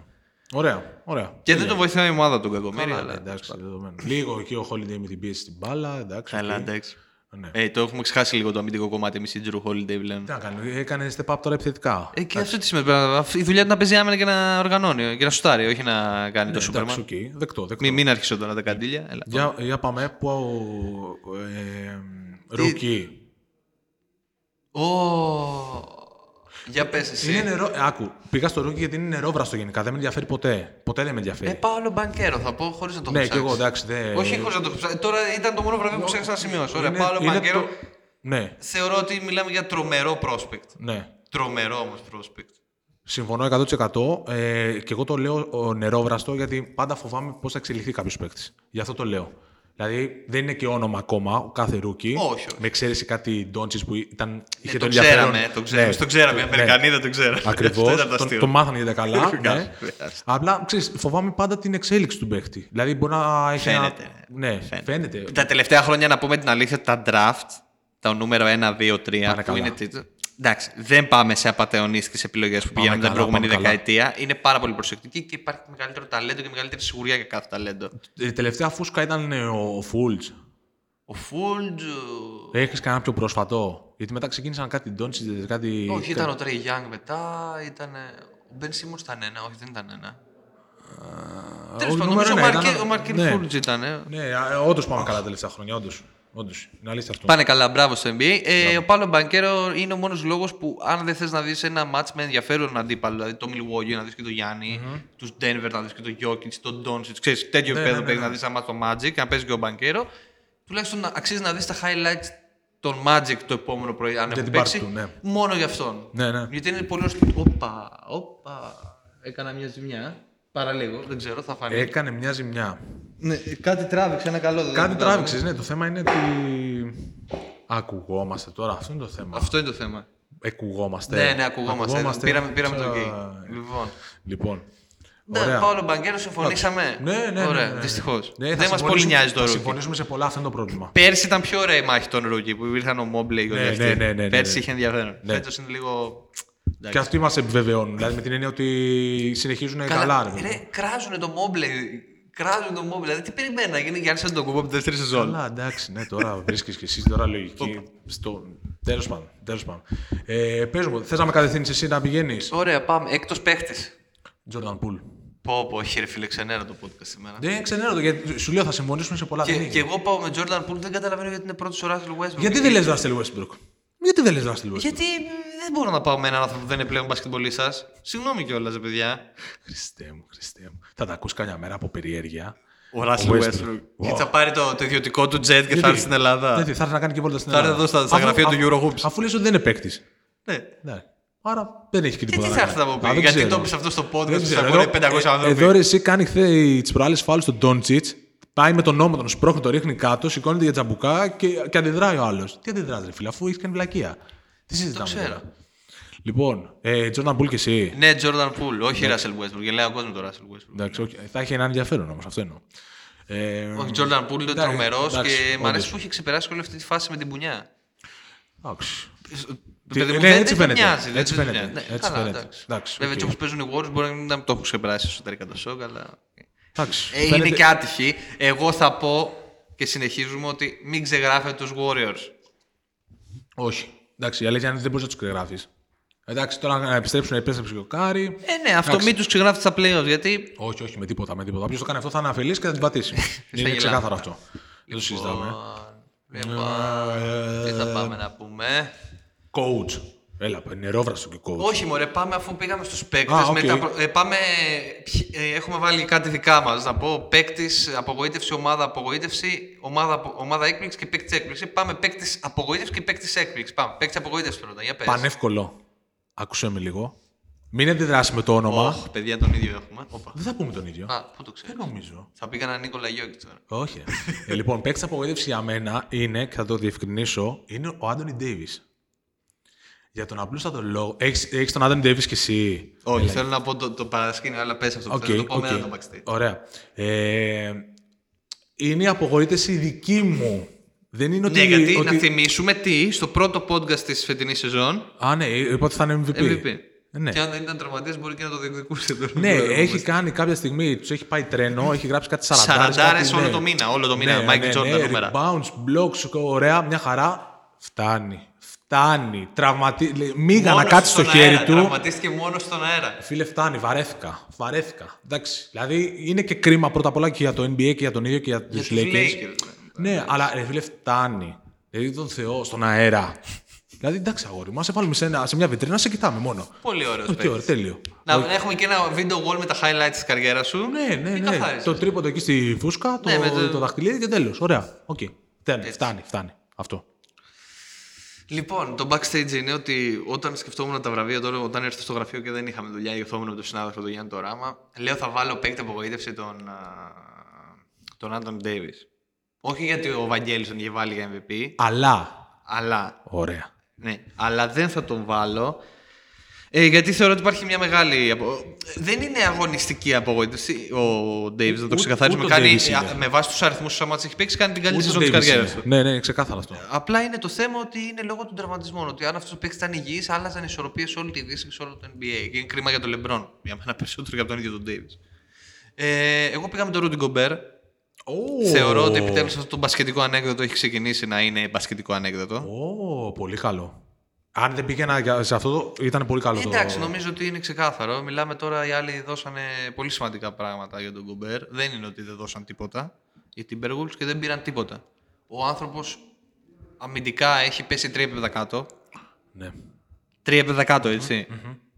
Speaker 1: Ωραία, ωραία.
Speaker 2: Και δεν το βοηθάει η ομάδα τον Κακομοίρη,
Speaker 1: Καλά,
Speaker 2: αλλά.
Speaker 1: εντάξει, δεδομένο. Λίγο εκεί ο Holiday με την πίεση στην μπάλα. Εντάξει,
Speaker 2: Καλά,
Speaker 1: οκ.
Speaker 2: εντάξει.
Speaker 1: Ναι.
Speaker 2: Ε, το έχουμε ξεχάσει λίγο το αμυντικό κομμάτι εμείς οι Drew Holiday πλέον.
Speaker 1: Τι να κάνει, έκανες step up τώρα επιθετικά.
Speaker 2: Ε, και αυτό τι σημαίνει. πρέπει να- Η δουλειά του να παίζει άμυνα και να οργανώνει και να σουτάρει, όχι να κάνει το Superman.
Speaker 1: Εντάξει, οκ, δεκτό, δεκτό.
Speaker 2: Μην, μην αρχίσω τώρα τα καντήλια. Έλα.
Speaker 1: Για, για πάμε που ο ε, Ρούκι.
Speaker 2: Ω, Για πες εσύ.
Speaker 1: Είναι νερό. ε, Άκου, πήγα στο Ρούκι γιατί είναι νερόβραστο γενικά. Δεν με ενδιαφέρει ποτέ. Ποτέ δεν με
Speaker 2: Ε,
Speaker 1: ενδιαφέρει.
Speaker 2: πάω άλλο μπανκέρο, θα πω χωρίς να το έχω
Speaker 1: ναι, και
Speaker 2: ψάξει.
Speaker 1: εγώ εντάξει. δεν-
Speaker 2: Όχι χωρίς να το έχω ψάξει. Τώρα ήταν το μόνο βραβείο που ξέχασα να σημειώσω. Ωραία,
Speaker 1: Είναι-
Speaker 2: πάω άλλο
Speaker 1: είναι
Speaker 2: μπανκέρο.
Speaker 1: το- Ναι,
Speaker 2: Θεωρώ ότι μιλάμε για τρομερό prospect.
Speaker 1: ναι.
Speaker 2: Τρομερό όμως prospect.
Speaker 1: Συμφωνώ 100%. Ε, και εγώ το λέω ο, νερόβραστο γιατί πάντα φοβάμαι πώς θα εξελιχθεί κάποιος παίκτης. Γι' αυτό το λέω. Δηλαδή δεν είναι και όνομα ακόμα ο κάθε ρούκι.
Speaker 2: Όχι, όχι.
Speaker 1: Με εξαίρεση κάτι Ντόντσι που ήταν.
Speaker 2: Ναι,
Speaker 1: είχε
Speaker 2: το
Speaker 1: ενδιαφέρον.
Speaker 2: ξέραμε, το ξέραμε.
Speaker 1: Ναι.
Speaker 2: το ξέραμε. Οι
Speaker 1: Ναι.
Speaker 2: Αμερικανοί [LAUGHS] δεν το ξέραμε. Αυτό
Speaker 1: Ακριβώ.
Speaker 2: ήταν το
Speaker 1: το,
Speaker 2: αστείο.
Speaker 1: το μάθανε για τα καλά.
Speaker 2: Φυσικά,
Speaker 1: ναι.
Speaker 2: φυσικά.
Speaker 1: Απλά ξέρεις, φοβάμαι πάντα την εξέλιξη του παίκτη. Δηλαδή μπορεί να έχει.
Speaker 2: Φαίνεται,
Speaker 1: Ένα... Ναι, φαίνεται.
Speaker 2: Τα τελευταία χρόνια να πούμε την αλήθεια, τα draft, τα νούμερα 1, 2, 3, που
Speaker 1: καλά.
Speaker 2: είναι τίτλο. Εντάξει, δεν πάμε σε απαταιωνίστικες επιλογές που πήγαμε την
Speaker 1: καλά,
Speaker 2: προηγούμενη
Speaker 1: πάμε καλά.
Speaker 2: δεκαετία. Είναι πάρα πολύ προσεκτική και υπάρχει μεγαλύτερο ταλέντο και μεγαλύτερη σιγουριά για κάθε ταλέντο.
Speaker 1: Η Ε, τελευταία φούσκα ήταν ε, ο Φούλτ.
Speaker 2: Ο Φούλτζ.
Speaker 1: Έχεις κανένα πιο πρόσφατο. Γιατί μετά ξεκίνησαν κάτι Ντόντσι, κάτι.
Speaker 2: Όχι, ήταν ο Τρέι Γιάνγκ μετά. Ήταν... Ο Μπεν Σίμον ήταν ένα, όχι, δεν ήταν ένα. Τέλο πάντων, νομίζω
Speaker 1: νούμερο
Speaker 2: ο
Speaker 1: ένα
Speaker 2: Μαρκέ-
Speaker 1: ήταν-
Speaker 2: ο Μαρκίν
Speaker 1: ναι.
Speaker 2: Φούλτζ ήταν.
Speaker 1: Ναι, όντως πάμε καλά τα τελευταία χρόνια. Όντως. Όντως. Είναι αλήθεια αυτό.
Speaker 2: Πάνε καλά, μπράβο στο NBA. Ε, ο Πάλο Μπανκέρο είναι ο μόνος λόγος που, αν δεν θες να δεις ένα match με ενδιαφέρον αντίπαλο, δηλαδή το Milwaukee να δεις και το γιαννη τους Denver να δεις και το Jokic, τον Doncic, ξέρεις τέτοιο
Speaker 1: Ναι,
Speaker 2: επίπεδο
Speaker 1: ναι, ναι,
Speaker 2: παίζει
Speaker 1: ναι.
Speaker 2: να δει ένα match το Magic και να παίζει και ο Μπανκέρο, τουλάχιστον να- αξίζει να δεις τα highlights των Magic το επόμενο πρωί, αν έχουν
Speaker 1: την πάρτι
Speaker 2: παίξει.
Speaker 1: του, ναι.
Speaker 2: Μόνο για αυτόν.
Speaker 1: Ναι, ναι.
Speaker 2: Γιατί είναι πολύ ωραίο. Όπα, όπα. Έκανα μια ζημιά. Παραλίγο, δεν ξέρω, θα φανεί.
Speaker 1: Έκανε μια ζημιά.
Speaker 2: Ναι, κάτι τράβηξε, ένα καλό. δεν
Speaker 1: Κάτι
Speaker 2: το βράδυ.
Speaker 1: τράβηξες, ναι. Το θέμα είναι ότι. Ακουγόμαστε τώρα. Αυτό είναι το θέμα.
Speaker 2: Αυτό είναι το θέμα.
Speaker 1: Εκουγόμαστε.
Speaker 2: Ναι, ναι, ακουγόμαστε. Πήραμε, πήραμε το γκέι.
Speaker 1: Ξα-
Speaker 2: Λοιπόν.
Speaker 1: Λοιπόν.
Speaker 2: Ναι,
Speaker 1: Ωραία.
Speaker 2: Παύλο Μπαγκέρο, συμφωνήσαμε.
Speaker 1: Ναι, ναι, ναι.
Speaker 2: Ωραία,
Speaker 1: ναι, ναι.
Speaker 2: δυστυχώς.
Speaker 1: Ναι, θα
Speaker 2: Δεν μας πολύ
Speaker 1: συμφωνήσουμε-
Speaker 2: νοιάζει το
Speaker 1: θα
Speaker 2: ρούκι.
Speaker 1: Συμφωνήσουμε σε πολλά, αυτό είναι το πρόβλημα.
Speaker 2: Πέρσι ήταν πιο ωραία η μάχη των ρούκι που ήρθαν ο Μόμπλε και ο
Speaker 1: Ναι,
Speaker 2: Λευτέρη.
Speaker 1: ναι, ναι, ναι, ναι,
Speaker 2: Πέρσι
Speaker 1: ναι.
Speaker 2: είχε ενδιαφέρον.
Speaker 1: Ναι.
Speaker 2: Φέτος είναι λίγο.
Speaker 1: Και αυτοί μας επιβεβαιώνουν. Δηλαδή με την έννοια ότι συνεχίζουν Ε, καλά. ρε παιδί μου.
Speaker 2: ε, ρε, κράζουνε το Μόμπλε. Κράζουνε το Μόμπλε. Δηλαδή τι περιμένει να γίνει Γιάννης Αντοκούμπο από τη δεύτερη σεζόν.
Speaker 1: Καλά, εντάξει, ναι, τώρα βρίσκεις και εσύ τώρα λογική. στο... Τέλος πάντων. Τέλος πάντων. Ε, πες μου, θες να με κατευθύνεις εσύ να πηγαίνεις.
Speaker 2: Ωραία, πάμε. Έκτος παίχτης.
Speaker 1: Τζόρνταν Πούλ.
Speaker 2: Πω, πω, έχει ρε φίλε ξενέρα το podcast σήμερα.
Speaker 1: Δεν ξενέρω, γιατί σου λέω θα συμφωνήσουμε σε πολλά
Speaker 2: Και,
Speaker 1: δεν
Speaker 2: και
Speaker 1: είναι.
Speaker 2: εγώ πάω με Jordan Poole, δεν καταλαβαίνω γιατί είναι πρώτος ο Russell Westbrook.
Speaker 1: ναι. Γιατί δεν λες Ράστελ Westbrook. Γιατί δεν λες Ράστελ Westbrook.
Speaker 2: Γιατί δεν μπορώ να πάω με έναν άνθρωπο που δεν είναι πλέον μπασκετμπολίστας. Συγγνώμη κιόλας, ρε παιδιά.
Speaker 1: Χριστέ μου, Χριστέ μου. Θα τα ακούς καμιά μέρα από περιέργεια.
Speaker 2: Ο
Speaker 1: Ο
Speaker 2: Russell
Speaker 1: Westbrook.
Speaker 2: Westbrook.
Speaker 1: Wow.
Speaker 2: Γιατί θα πάρει το, το ιδιωτικό του jet και
Speaker 1: Γιατί?
Speaker 2: θα έρθει στην Ελλάδα.
Speaker 1: Γιατί θα έρθει να κάνει και βόλτα στην
Speaker 2: Θα έρθει
Speaker 1: Ελλάδα.
Speaker 2: εδώ στα- στα
Speaker 1: Αφού-
Speaker 2: γραφεία του
Speaker 1: α-
Speaker 2: Eurohoops.
Speaker 1: Αφού λες ότι δεν είναι παίκτης.
Speaker 2: Ναι.
Speaker 1: Ναι. Άρα δεν έχει και
Speaker 2: Και
Speaker 1: τίποτα.
Speaker 2: τι
Speaker 1: να
Speaker 2: θα
Speaker 1: κάνει.
Speaker 2: έρθει να
Speaker 1: Α,
Speaker 2: μου πει,
Speaker 1: δεν
Speaker 2: Γιατί
Speaker 1: ξέρω.
Speaker 2: το πεις αυτό στο
Speaker 1: Δεν
Speaker 2: podcast που σε
Speaker 1: ξέρω,
Speaker 2: ακούνε
Speaker 1: εδώ-
Speaker 2: 500
Speaker 1: ε,
Speaker 2: άνθρωποι.
Speaker 1: Εδώ ρε, εσύ κάνει χθε τι προάλλε φάλε στον Ντόντσιτ. Πάει με τον ώμο τον σπρώχνει, το ρίχνει κάτω, σηκώνεται για τσαμπουκά και, και αντιδράει ο άλλος. Τι αντιδράζει, ρε φίλε, αφού έχεις κάνει βλακεία. Τι συζητάμε
Speaker 2: ξέρω.
Speaker 1: τώρα. Λοιπόν, ε, Τζόρνταν Μπούλ και εσύ.
Speaker 2: Ναι, Jordan Poole, όχι Russell Westbrook. Γελάει ο κόσμος το Russell Westbrook.
Speaker 1: Εντάξει, όχι, θα έχει ένα ενδιαφέρον όμως, αυτό εννοώ. Ε,
Speaker 2: Όχι, Jordan Poole είναι
Speaker 1: εντάξει,
Speaker 2: τρομερός
Speaker 1: εντάξει,
Speaker 2: και μ'
Speaker 1: όντως.
Speaker 2: αρέσει που έχει ξεπεράσει όλη αυτή τη φάση με την πουνιά.
Speaker 1: Εντάξει.
Speaker 2: Το
Speaker 1: Τι-
Speaker 2: παιδί μου
Speaker 1: ναι,
Speaker 2: δεν-
Speaker 1: έτσι
Speaker 2: δεν
Speaker 1: φαίνεται.
Speaker 2: μοιάζει, δεν-
Speaker 1: Έτσι
Speaker 2: δεν
Speaker 1: φαίνεται,
Speaker 2: μοιάζει. Ναι,
Speaker 1: έτσι
Speaker 2: καλά,
Speaker 1: φαίνεται.
Speaker 2: εντάξει.
Speaker 1: Εντάξει,
Speaker 2: Βέβαια
Speaker 1: οκ.
Speaker 2: και όπως παίζουν οι Warriors μπορεί να μην το έχουν ξεπεράσει εσωτερικά το σοκ, αλλά.
Speaker 1: Εντάξει,
Speaker 2: Ε, είναι
Speaker 1: φαίνεται-
Speaker 2: και άτυχοι. Εγώ θα πω και συνεχίζουμε ότι μην ξεγράφετε τους Warriors.
Speaker 1: Όχι. Εντάξει, η αλήθεια είναι ότι δεν μπορείς να τους ξεγράφεις. Εντάξει, τώρα να επιστρέψουν, επέστρεψε και ο Κάρι.
Speaker 2: Ε, ναι, αυτό μην τους ξεγράφεις στα playoffs γιατί.
Speaker 1: Όχι, όχι, με τίποτα. Με τίποτα. Όποιος το κάνει αυτό θα είναι αφελής και θα την
Speaker 2: [LAUGHS]
Speaker 1: πατήσει. είναι
Speaker 2: γελάμε.
Speaker 1: ξεκάθαρο αυτό. Δεν το συζητάμε. Ε,
Speaker 2: Λοιπόν, Λοιπόν, τι θα πάμε να πούμε.
Speaker 1: Coach. Έλα, νερόβραστο και coach.
Speaker 2: Όχι, μωρέ, πάμε αφού πήγαμε στους
Speaker 1: Α,
Speaker 2: παίκτε.
Speaker 1: οκ.
Speaker 2: ε, πάμε. ποιοι- ε, έχουμε βάλει κάτι δικά μας. Να πω παίκτης, απογοήτευση, ομάδα, απογοήτευση, ομάδα, απο- ομάδα έκπληξη και παίκτης έκπληξη. Πάμε παίκτης απογοήτευση και παίκτης έκπληξη. Πάμε. Παίκτης απογοήτευση πρώτα. Για πες.
Speaker 1: Πανεύκολο. Ακούσε με λίγο. Μην αντιδράσει με το όνομα.
Speaker 2: Οχ, παιδιά, τον ίδιο έχουμε. Όπα.
Speaker 1: Δεν θα πούμε τον ίδιο.
Speaker 2: Α, πού το ξέρω.
Speaker 1: Δεν νομίζω.
Speaker 2: Θα πήγα έναν Νίκολα Γιώκη τώρα.
Speaker 1: Όχι. ε, λοιπόν, παίκτης απογοήτευση για μένα είναι, και θα το διευκρινίσω, είναι ο Άντωνι Ντέιβις. Για τον απλούστατο λόγο. Έχεις τον Άντωνι Ντέιβι και εσύ.
Speaker 2: Όχι, θέλω να πω το, το παρασκήνιο, αλλά πες αυτό.
Speaker 1: Οκ,
Speaker 2: θέλω να το πω
Speaker 1: οκ.
Speaker 2: μετά το backstage.
Speaker 1: Ωραία. Ε, είναι η απογοήτευση δική μου. Δεν είναι ότι.
Speaker 2: ναι, γιατί
Speaker 1: ότι...
Speaker 2: να θυμίσουμε τι στο πρώτο podcast της φετινής σεζόν.
Speaker 1: Α, ναι, είπα ότι θα είναι MVP.
Speaker 2: MVP.
Speaker 1: Ναι.
Speaker 2: Και αν δεν ήταν τραυματία, μπορεί και να το διεκδικούσε. το
Speaker 1: Ναι,
Speaker 2: ρόλο μας.
Speaker 1: έχει κάνει κάποια στιγμή, τους έχει πάει τρένο, έχει γράψει κάτι ναι. 40.
Speaker 2: Σαραντάρες όλο το μήνα, όλο το μήνα. Μάικλ
Speaker 1: ναι,
Speaker 2: Jordan νούμερα.
Speaker 1: Bounce, blocks, ωραία, μια χαρά. Φτάνει. Φτάνει. Τραυματι... λέ- Μίγα να
Speaker 2: Μόνος
Speaker 1: κάτσει στο
Speaker 2: στον
Speaker 1: χέρι
Speaker 2: αέρα,
Speaker 1: του.
Speaker 2: Τραυματίστηκε μόνος στον αέρα.
Speaker 1: Φίλε, φτάνει. Βαρέθηκα. Βαρέθηκα. Εντάξει. Δηλαδή είναι και κρίμα πρώτα απ' όλα και για το NBA και για τον ίδιο και για τους
Speaker 2: τους
Speaker 1: Lakers.
Speaker 2: Lakers,
Speaker 1: Ναι, αλλά ρε φίλε, φτάνει. Δηλαδή τον Θεό στον αέρα. δηλαδή εντάξει, αγόρι μου, ας σε βάλουμε σε, ένα- σε μια βιτρίνα, σε κοιτάμε μόνο.
Speaker 2: Πολύ ωραίος.
Speaker 1: Οκ, ωραία, τέλειο.
Speaker 2: Να να έχουμε και ένα video wall με τα highlights της καριέρας σου.
Speaker 1: Ναι, ναι,
Speaker 2: Τι
Speaker 1: ναι.
Speaker 2: καθάρισες.
Speaker 1: Το τρίποντο εκεί στη φούσκα, το,
Speaker 2: Ναι, με
Speaker 1: το...
Speaker 2: το-
Speaker 1: δαχτυλίδι και τέλος. Ωραία. Οκ. Φτάνει,
Speaker 2: Έτσι.
Speaker 1: φτάνει, φτάνει. Αυτό.
Speaker 2: Λοιπόν, το backstage είναι ότι όταν σκεφτόμουν τα βραβεία τώρα, όταν ήρθα στο γραφείο και δεν είχαμε δουλειά, ήρθόμουν με τον συνάδελφο τον Γιάννη Τωράμα, λέω θα βάλω παίκτη απογοήτευση τον, α, τον Άντων Ντέιβις. Όχι γιατί ο Βαγγέλης τον είχε βάλει για MVP,
Speaker 1: Αλλά.
Speaker 2: αλλά,
Speaker 1: Ωραία.
Speaker 2: ναι, αλλά δεν θα τον βάλω. Ε, γιατί θεωρώ ότι υπάρχει μια μεγάλη. απο- Δεν είναι αγωνιστική απογοήτευση ο Ντέιβις, να το
Speaker 1: Ούτε-
Speaker 2: ξεκαθαρίσουμε.
Speaker 1: ούτε ο
Speaker 2: Κάνει,
Speaker 1: Davis είναι.
Speaker 2: ε, με βάση τους αριθμούς που μάτια έχει παίξει, κάνει την
Speaker 1: Ούτε
Speaker 2: καλύτερη σεζόν της
Speaker 1: Davis
Speaker 2: καριέρας
Speaker 1: είναι.
Speaker 2: του.
Speaker 1: Ναι, ναι, είναι ξεκάθαρο αυτό.
Speaker 2: Απλά είναι το θέμα ότι είναι λόγω των τραυματισμών. Ότι αν αυτός ο παίκτη ήταν υγιής, άλλαζαν ισορροπίες σε όλη τη Δύση και σε όλο το NBA. Και είναι κρίμα για τον Λεμπρόν. Για μένα περισσότερο και από τον ίδιο τον Ντέιβις. Ε, εγώ πήγα με τον Ρούντι Γκομπέρ.
Speaker 1: Ω.
Speaker 2: Θεωρώ ότι επιτέλους αυτό το μπασκετικό ανέκδοτο έχει ξεκινήσει να είναι μπασκετικό ανέκδοτο.
Speaker 1: Ω, πολύ καλό. Αν δεν πήγαινα για- σε αυτό, το, ήταν πολύ καλό
Speaker 2: Εντάξει,
Speaker 1: το.
Speaker 2: νομίζω ότι είναι ξεκάθαρο. Μιλάμε τώρα, οι άλλοι δώσανε πολύ σημαντικά πράγματα για τον Γκομπέρ. Δεν είναι ότι δεν δώσαν τίποτα για την Timberwolves και δεν πήραν τίποτα. Ο άνθρωπος αμυντικά έχει πέσει τρία επίπεδα κάτω.
Speaker 1: Ναι.
Speaker 2: Τρία επίπεδα κάτω, έτσι.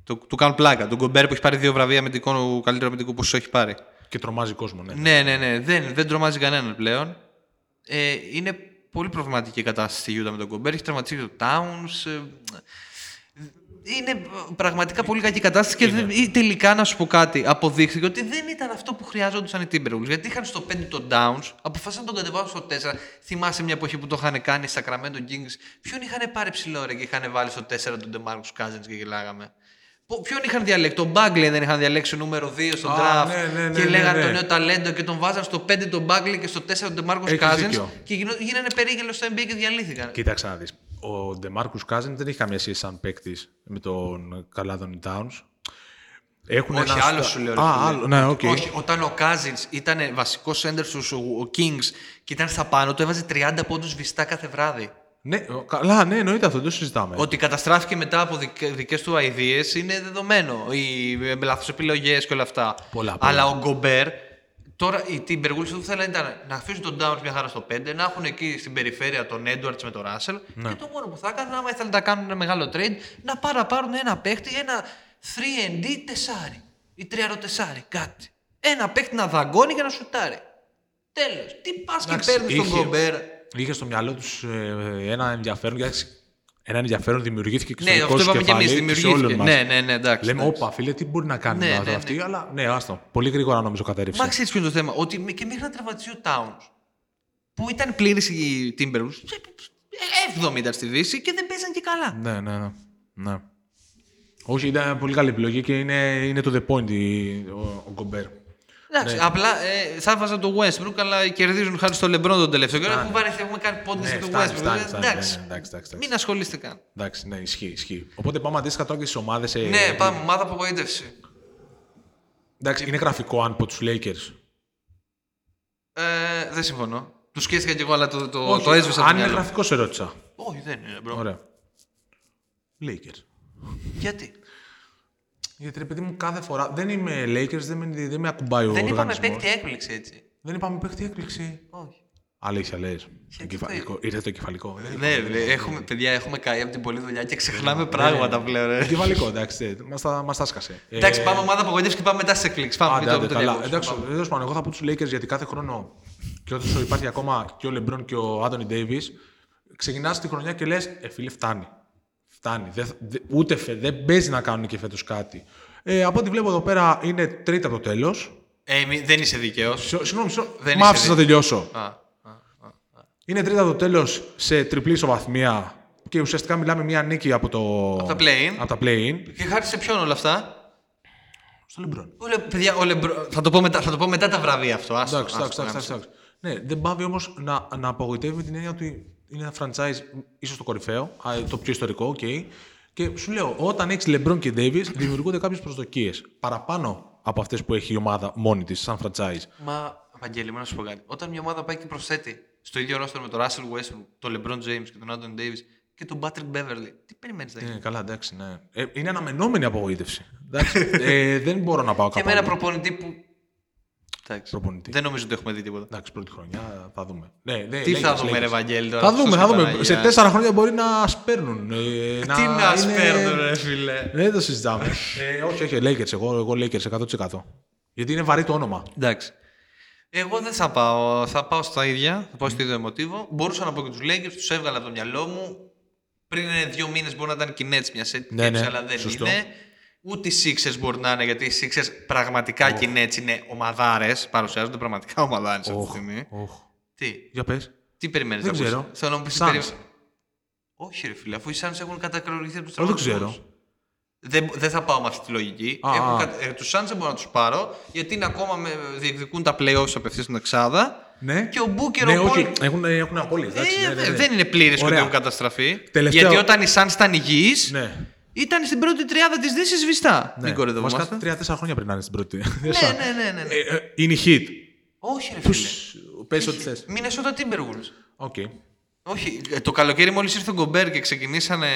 Speaker 2: Του, του κάνουν πλάκα. Τον Κομπέρ που έχει πάρει δύο βραβεία αμυντικών, καλύτερο αμυντικό ποσό έχει πάρει.
Speaker 1: Και τρομάζει κόσμο, ναι.
Speaker 2: Ναι, ναι, ναι. Δεν, δεν τρομάζει κανέναν πλέον. Ε, είναι πολύ προβληματική η κατάσταση στη Γιούτα με τον Κομπέρ. Έχει τραυματίσει ο Towns. ε, είναι πραγματικά πολύ κακή κατάσταση και δεν- ή τελικά να σου πω κάτι. Αποδείχθηκε ότι δεν ήταν αυτό που χρειάζονταν οι Timberwolves. Γιατί είχαν στο 5 τον Downs, αποφάσισαν να τον κατεβάσουν στο 4. Θυμάσαι μια εποχή που το είχαν κάνει στα Sacramento Kings. Ποιον είχαν πάρει ψηλό ρε και είχαν βάλει στο 4 τον DeMarcus Cousins και γελάγαμε. Πο- Ποιον είχαν διαλέξει, τον Bagley δεν είχαν διαλέξει νούμερο 2 στο
Speaker 1: Α,
Speaker 2: draft
Speaker 1: ναι, ναι, ναι,
Speaker 2: και
Speaker 1: ναι,
Speaker 2: λέγανε
Speaker 1: ναι.
Speaker 2: το νέο ταλέντο και τον βάζαν στο 5 τον Bagley και στο 4 τον DeMarcus
Speaker 1: Έχεις
Speaker 2: Cousins
Speaker 1: δίκιο.
Speaker 2: και γινο- γίνανε περίγελος στο NBA και διαλύθηκαν.
Speaker 1: Κοίταξε να δεις. Ο Ντεμάρκου Κάζιν δεν έχει καμία σχέση σαν παίκτης με τον Καλάδων Τάουν. Έχουν
Speaker 2: Όχι,
Speaker 1: ένα
Speaker 2: άλλο
Speaker 1: στα-
Speaker 2: σου λέω. ρε
Speaker 1: Α,
Speaker 2: φίλε.
Speaker 1: άλλο, ναι, οκ.
Speaker 2: Όχι, όταν ο Κάζιν ήταν βασικός έντερ στου Kings και ήταν στα πάνω, το έβαζε 30 πόντους βιστά κάθε βράδυ.
Speaker 1: Ναι, ο- καλά, ναι, εννοείται αυτό, δεν το συζητάμε.
Speaker 2: Ότι καταστράφηκε μετά από δικές του αειδίες είναι δεδομένο. Οι λάθος επιλογές και όλα αυτά.
Speaker 1: Πολλά, πολλά.
Speaker 2: Αλλά ο Γκομπέρ. Τώρα οι Timberwolves αυτό που θέλανε ήταν να αφήσουν τον Downs μια χαρά στο 5, να έχουν εκεί στην περιφέρεια τον Edwards με τον Russell.
Speaker 1: Ναι.
Speaker 2: Και το μόνο που θα έκαναν, άμα ήθελαν να κάνουν ένα μεγάλο trade, να πάρουν, πάρουν ένα παίχτη, ένα 3D 4 ή 3 4 κάτι. Ένα παίχτη να δαγκώνει και να σουτάρει. Τέλος. Τι πας και
Speaker 1: Εντάξει,
Speaker 2: παίρνεις τον
Speaker 1: είχε-
Speaker 2: Γκομπέρ.
Speaker 1: Είχε στο μυαλό τους ε, ένα ενδιαφέρον. γιατί Ένα ενδιαφέρον δημιουργήθηκε και στο
Speaker 2: Ναι,
Speaker 1: δικό
Speaker 2: αυτό
Speaker 1: σου
Speaker 2: είπαμε και εμεί.
Speaker 1: κεφάλι, σε όλων
Speaker 2: Δημιουργήθηκε.
Speaker 1: μας.
Speaker 2: Ναι, ναι, ναι, εντάξει.
Speaker 1: Λέμε,
Speaker 2: εντάξει.
Speaker 1: όπα, φίλε, τι μπορεί να κάνει
Speaker 2: Ναι,
Speaker 1: ναι,
Speaker 2: ναι, ναι.
Speaker 1: αυτή, αλλά ναι, άστο. Πολύ γρήγορα νομίζω καταρρύψε.
Speaker 2: Μα ξέρεις ποιο είναι το θέμα. Ότι με- και μέχρι να τραυματιστεί ο Towns, που ήταν πλήρης η Timberwolves, έβδομη ήταν στη Δύση και δεν παίζαν και καλά.
Speaker 1: Ναι, ναι, ναι, ναι. Όχι, ήταν πολύ καλή επιλογή και είναι, είναι το the point η- ο, ο Γκομπέρ.
Speaker 2: Εντάξει,
Speaker 1: Ναι.
Speaker 2: απλά ε, θα έβαζα το Westbrook, αλλά κερδίζουν χάρη στο LeBron τον τελευταίο καιρό. Έχουμε βαρεθεί, έχουμε κάνει πόντε
Speaker 1: Ναι,
Speaker 2: για τον
Speaker 1: φτάνει,
Speaker 2: Westbrook.
Speaker 1: φτάνει,
Speaker 2: Ε,
Speaker 1: φτάνει,
Speaker 2: εντάξει,
Speaker 1: ναι, ναι, εντάξει, εντάξει,
Speaker 2: μην ασχολείστε καν.
Speaker 1: Εντάξει, ναι, ισχύει, ισχύει. Οπότε πάμε αντίστοιχα τώρα και στι ομάδε.
Speaker 2: Ναι, πάμε,
Speaker 1: ε.
Speaker 2: ομάδα απογοήτευση.
Speaker 1: Εντάξει, είναι γραφικό αν πω τους Lakers.
Speaker 2: Ε, δεν συμφωνώ. Τους σκέφτηκα κι εγώ, αλλά το, το,
Speaker 1: Όχι,
Speaker 2: το έσβησα. το
Speaker 1: Αν είναι
Speaker 2: μυαλό.
Speaker 1: γραφικός, σε ρώτησα.
Speaker 2: Όχι, δεν είναι, bro.
Speaker 1: Ωραία. Lakers.
Speaker 2: Γιατί.
Speaker 1: Γιατί ρε παιδί μου κάθε φορά. Δεν είμαι Lakers, δεν με, δεν με ακουμπάει ο
Speaker 2: Δεν είπαμε
Speaker 1: οργανισμός.
Speaker 2: παίκτη έκπληξη έτσι.
Speaker 1: Δεν είπαμε παίχτη έκπληξη.
Speaker 2: Όχι.
Speaker 1: Αλήθεια λε.
Speaker 2: αυτό
Speaker 1: Ήρθε το κεφαλικό. Δεν είπαμε.
Speaker 2: Ναι, ρε, έχουμε, παιδιά, έχουμε καεί από την πολλή δουλειά και
Speaker 1: Ναι,
Speaker 2: ξεχνάμε πράγματα πλέον. ε. ρε.
Speaker 1: Ε, Κεφαλικό, εντάξει. Μας τα σκάσε. Ε,
Speaker 2: Εντάξει, πάμε ομάδα απογοήτευση και πάμε μετά σε εκπλήξει. Πάμε, μην
Speaker 1: Άντε, άντε,
Speaker 2: το- μην το
Speaker 1: καλά.
Speaker 2: διακόψουμε.
Speaker 1: Εντάξει, δεν πάνω. Εγώ θα πω τους Lakers γιατί κάθε χρόνο και όσο υπάρχει ακόμα και ο Λεμπρόν και ο Άντωνι Ντέιβι, ξεκινάς τη χρονιά και λες: Ε, φίλε, φτάνει. Φτάνει. Δεν, θα- δε- ούτε φε, δεν παίζει να κάνουν και φέτος κάτι. Ε, από ό,τι βλέπω εδώ πέρα είναι τρίτα από το τέλος.
Speaker 2: Ε, μη- δεν είσαι δικαίω.
Speaker 1: Συγγνώμη, συγγνώμη.
Speaker 2: Δεν
Speaker 1: Μ'
Speaker 2: είσαι
Speaker 1: άφησες να τελειώσω.
Speaker 2: Α, α,
Speaker 1: Είναι τρίτα από το τέλος σε τριπλή ισοβαθμία και ουσιαστικά μιλάμε μια νίκη από το.
Speaker 2: τα play-in.
Speaker 1: Από τα play-in.
Speaker 2: Και χάρη σε ποιον όλα αυτά.
Speaker 1: Στο Λεμπρόν.
Speaker 2: Ο Λε- παιδιά, ο Λεμπρο- θα, το πω μετά, θα το πω μετά τα βραβεία αυτό. Άστο,
Speaker 1: Εντάξει,
Speaker 2: άστο,
Speaker 1: εντάξει, εντάξει,
Speaker 2: άστο.
Speaker 1: εντάξει. Ναι, δεν πάβει όμως να, να απογοητεύει με την έννοια ότι είναι ένα franchise ίσως το κορυφαίο, α, το πιο ιστορικό, οκ. Και σου λέω, όταν έχεις LeBron και Davis, δημιουργούνται κάποιες προσδοκίες παραπάνω από αυτές που έχει η ομάδα μόνη της, σαν franchise.
Speaker 2: Μα, Βαγγέλη, να σου πω κάτι. Όταν μια ομάδα πάει και προσθέτει στο ίδιο ρόστρο με τον Russell Westbrook, τον LeBron James και τον Άντων Davis και τον Patrick Beverly, τι δηλαδή? περιμένει να γίνει.
Speaker 1: Ε, καλά, εντάξει, ναι. Ε, είναι αναμενόμενη απογοήτευση. Εντάξει, ε, δεν μπορώ να πάω
Speaker 2: Και
Speaker 1: κάπου.
Speaker 2: με ένα
Speaker 1: αλλού.
Speaker 2: προπονητή που. Εντάξει.
Speaker 1: Προπονητή.
Speaker 2: Δεν νομίζω ότι έχουμε δει τίποτα.
Speaker 1: Εντάξει, πρώτη χρονιά θα δούμε. Ναι, ναι,
Speaker 2: Τι
Speaker 1: Lakers,
Speaker 2: θα δούμε,
Speaker 1: Lakers.
Speaker 2: ρε Βαγγέλη, τώρα.
Speaker 1: Θα δούμε,
Speaker 2: Χριστός
Speaker 1: θα
Speaker 2: και
Speaker 1: δούμε.
Speaker 2: Παναγία.
Speaker 1: Σε τέσσερα χρόνια μπορεί να σπέρνουν. ε,
Speaker 2: ε. Τι να
Speaker 1: είναι-
Speaker 2: σπέρνουν, ρε φιλέ.
Speaker 1: Δεν το συζητάμε. ε, όχι, όχι, Lakers. Εγώ, εγώ Lakers 100%. Γιατί είναι βαρύ το όνομα.
Speaker 2: Εντάξει. Εγώ δεν θα πάω. Θα πάω στα ίδια. Θα πάω στο ίδιο μοτίβο. Μπορούσα να πω και τους Lakers, τους έβγαλα από το μυαλό μου. Πριν ε, δύο μήνες μπορεί να ήταν και οι Nets μια έτσι,
Speaker 1: Ναι, ναι,
Speaker 2: αλλά δεν
Speaker 1: σωστό.
Speaker 2: είναι. Ούτε οι Sixers μπορεί να είναι, γιατί οι Sixers πραγματικά και οι Nets είναι ομαδάρες. Παρουσιάζονται πραγματικά ομαδάρες αυτή τη
Speaker 1: Οχ,
Speaker 2: στιγμή.
Speaker 1: οχ.
Speaker 2: Τι,
Speaker 1: Για πες.
Speaker 2: τι περιμένεις
Speaker 1: Δεν
Speaker 2: να ακούσεις?
Speaker 1: ξέρω.
Speaker 2: Θέλω να μου πεις.
Speaker 1: Suns.
Speaker 2: Όχι, ρε φίλε, αφού οι Suns έχουν κατακρεουργηθεί από τους
Speaker 1: Εγώ δεν ξέρω.
Speaker 2: Δεν, μπο- δεν θα πάω με αυτή τη λογική.
Speaker 1: Α, α.
Speaker 2: Τους Suns δεν μπορώ να τους πάρω, γιατί είναι ακόμα με, διεκδικούν τα playoffs απευθείας στην Εξάδα.
Speaker 1: Ναι.
Speaker 2: Και ο Booker
Speaker 1: ναι,
Speaker 2: ο Paul-
Speaker 1: όχι. Έχουν, έχουν απόλυτη.
Speaker 2: Ε, δε- Δεν είναι πλήρες και
Speaker 1: ναι, Ωραία.
Speaker 2: ότι έχουν καταστραφεί.
Speaker 1: Τελευταίο-
Speaker 2: Γιατί όταν οι Suns ήταν υγιείς,
Speaker 1: Ναι.
Speaker 2: ήταν στην πρώτη τριάδα της Δύσης σβηστά.
Speaker 1: ναι.
Speaker 2: Μην
Speaker 1: Βασικά,
Speaker 2: κορυδευόμαστε.
Speaker 1: τρία-τέσσερα χρόνια πριν να είναι στην πρώτη.
Speaker 2: Ναι, ναι, ναι, ναι, ναι.
Speaker 1: Ε, ε, είναι η hit.
Speaker 2: Όχι, ρε φίλε.
Speaker 1: Πες ό,τι θες.
Speaker 2: Μινεσότα Timberwolves.
Speaker 1: Οκ.
Speaker 2: Όχι, ε, το καλοκαίρι μόλις ήρθε ο Γκομπέρ και ξεκινήσανε.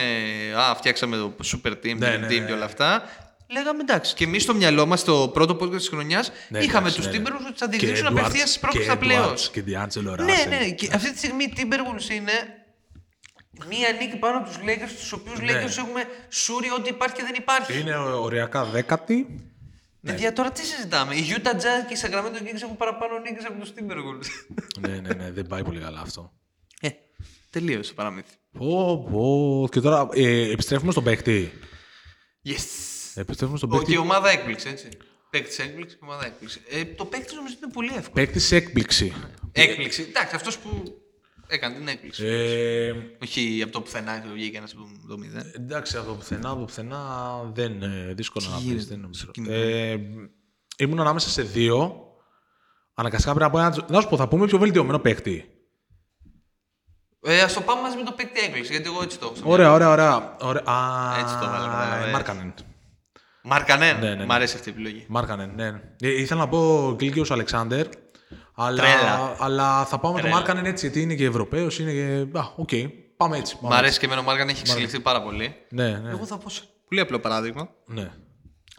Speaker 2: Α, φτιάξαμε το super team,
Speaker 1: Ναι,
Speaker 2: dream
Speaker 1: ναι,
Speaker 2: team
Speaker 1: ναι.
Speaker 2: και όλα αυτά. Λέγαμε εντάξει. Και εμείς στο μυαλό μας το πρώτο podcast της χρονιάς
Speaker 1: Ναι,
Speaker 2: είχαμε
Speaker 1: εντάξει,
Speaker 2: τους
Speaker 1: ναι, ναι.
Speaker 2: Τίμπερου ότι θα
Speaker 1: Και
Speaker 2: διεκδικήσουν
Speaker 1: Edwards,
Speaker 2: απευθεία στι πρώτε
Speaker 1: και
Speaker 2: στα
Speaker 1: Edwards
Speaker 2: playoffs.
Speaker 1: Και D'Angelo Russell.
Speaker 2: Ναι, ναι, και αυτή τη στιγμή οι Timberwolves είναι μία νίκη πάνω από τους Lakers, τους οποίους
Speaker 1: Ναι.
Speaker 2: Lakers έχουμε σούρι ότι υπάρχει και δεν υπάρχει.
Speaker 1: Είναι ναι. ωριακά δέκατη.
Speaker 2: Παιδιά, τώρα τι συζητάμε. Οι Utah Jazz και οι Sacramento Kings έχουν παραπάνω νίκες από τους Timberwolves.
Speaker 1: ναι, ναι, ναι, δεν πάει πολύ καλά αυτό.
Speaker 2: ε, τελείωσε το παραμύθι.
Speaker 1: Πω, πω. Και τώρα ε, επιστρέφουμε στον παίκτη.
Speaker 2: Yes.
Speaker 1: Επιστρέφουμε στον
Speaker 2: Ο, και η
Speaker 1: παίκτη.
Speaker 2: ομάδα έκπληξη, έτσι. Παίκτης έκπληξη και ομάδα έκπληξη. Ε, το παίκτη νομίζω είναι πολύ εύκολο.
Speaker 1: Παίκτης έκπληξη.
Speaker 2: Έκπληξη. Εντάξει, αυτός που έκανε την έκπληξη.
Speaker 1: Ε,
Speaker 2: Όχι από το πουθενά και το βγήκε ένας από το μηδέν.
Speaker 1: εντάξει, από πουθενά, από πουθενά δεν ε, δύσκολο να
Speaker 2: γίνεται
Speaker 1: πεις, δεν νομίζω.
Speaker 2: στο κινητό?
Speaker 1: Ε, ήμουν ανάμεσα σε δύο. Αναγκαστικά πρέπει να πω ένα. Να σου πω, θα πούμε πιο βελτιωμένο παίκτη.
Speaker 2: Ε, Ας το πάμε μαζί με το παίκτη έκπληξη, γιατί εγώ έτσι το έχω. στο μυαλό.
Speaker 1: Ωραία, ωραία, ωραία. ωραία. Α,
Speaker 2: Ναι.
Speaker 1: ε,
Speaker 2: Έτσι το βάλω, καταλαβαίνεις.
Speaker 1: Μάρκανεν.
Speaker 2: Μαρκανέν.
Speaker 1: Ναι, ναι, ναι.
Speaker 2: Μ' αρέσει αυτή η επιλογή.
Speaker 1: Μάρκανεν, ναι. Ε, ήθελα να πω Γκλίγκιος Αλεξάνδερ. Αλλά,
Speaker 2: Τρέλα.
Speaker 1: αλλά θα πάμε με το
Speaker 2: Τρέλα.
Speaker 1: Μάρκανεν έτσι, γιατί είναι και Ευρωπαίος, είναι και... Α, οκ. Πάμε έτσι.
Speaker 2: Μ'
Speaker 1: Πάμε.
Speaker 2: αρέσει και εμένα ο Μάρκανέν έχει εξελιχθεί πάρα πολύ.
Speaker 1: Ναι, ναι.
Speaker 2: Εγώ θα πω σε πολύ απλό παράδειγμα.
Speaker 1: ναι.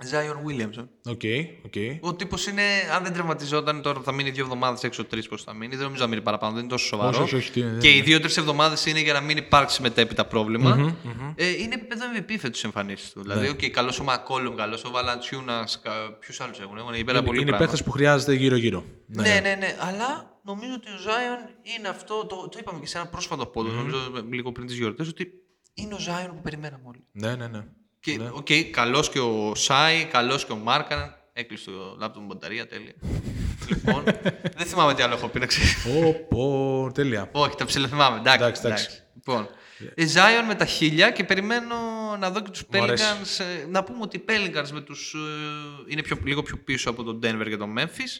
Speaker 2: Ζάιον Βίλιαμσον.
Speaker 1: Οκ, οκ.
Speaker 2: Ο τύπος είναι, αν δεν τραυματιζόταν, τώρα θα μείνει δύο εβδομάδες έξω, τρεις πώς θα μείνει. Δεν νομίζω να μείνει παραπάνω, δεν είναι τόσο σοβαρό.
Speaker 1: Όχι, όχι, όχι, τι είναι, δεν
Speaker 2: και οι
Speaker 1: είναι.
Speaker 2: δύο-τρει εβδομάδες είναι για να μην υπάρξει μετέπειτα πρόβλημα. ε, είναι επίπεδο MVP φέτο εμφανίσεις του.
Speaker 1: Ναι.
Speaker 2: Δηλαδή, okay, καλός ο Μακόλουμ, καλός ο Βαλαντσιούνα, ποιους άλλους έχουν, έχουν υπέρα πολύ
Speaker 1: Είναι
Speaker 2: πράγμα.
Speaker 1: παίχτες που χρειάζεται γύρω-γύρω.
Speaker 2: Ναι, ναι, ναι, αλλά νομίζω ότι ο Ζάιον είναι αυτό, το, το είπαμε και σε ένα πρόσφατο πόντο, νομίζω λίγο πριν τις γιορτές, ότι είναι ο Ζάιον που περιμέναμε όλοι.
Speaker 1: Ναι, ναι, ναι.
Speaker 2: Και οκ, καλός και ο Σάι, καλός και ο Μάρκαν. Έκλεισε το λάπτο μου μπαταρία, τέλεια.
Speaker 1: [LAUGHS]
Speaker 2: λοιπόν, δεν θυμάμαι τι άλλο έχω πει να ξέρει.
Speaker 1: Πω, πω, τέλεια.
Speaker 2: Όχι, τα ψηλοθυμάμαι. Εντάξει,
Speaker 1: Εντάξει,
Speaker 2: εντάξει.
Speaker 1: εντάξει.
Speaker 2: Λοιπόν, η Zion με τα χίλια και περιμένω να δω και τους
Speaker 1: Μου αρέσει.
Speaker 2: Pelicans. ε, Να πούμε ότι οι Pelicans με τους, ε, είναι πιο, λίγο πιο πίσω από τον Denver και τον Memphis.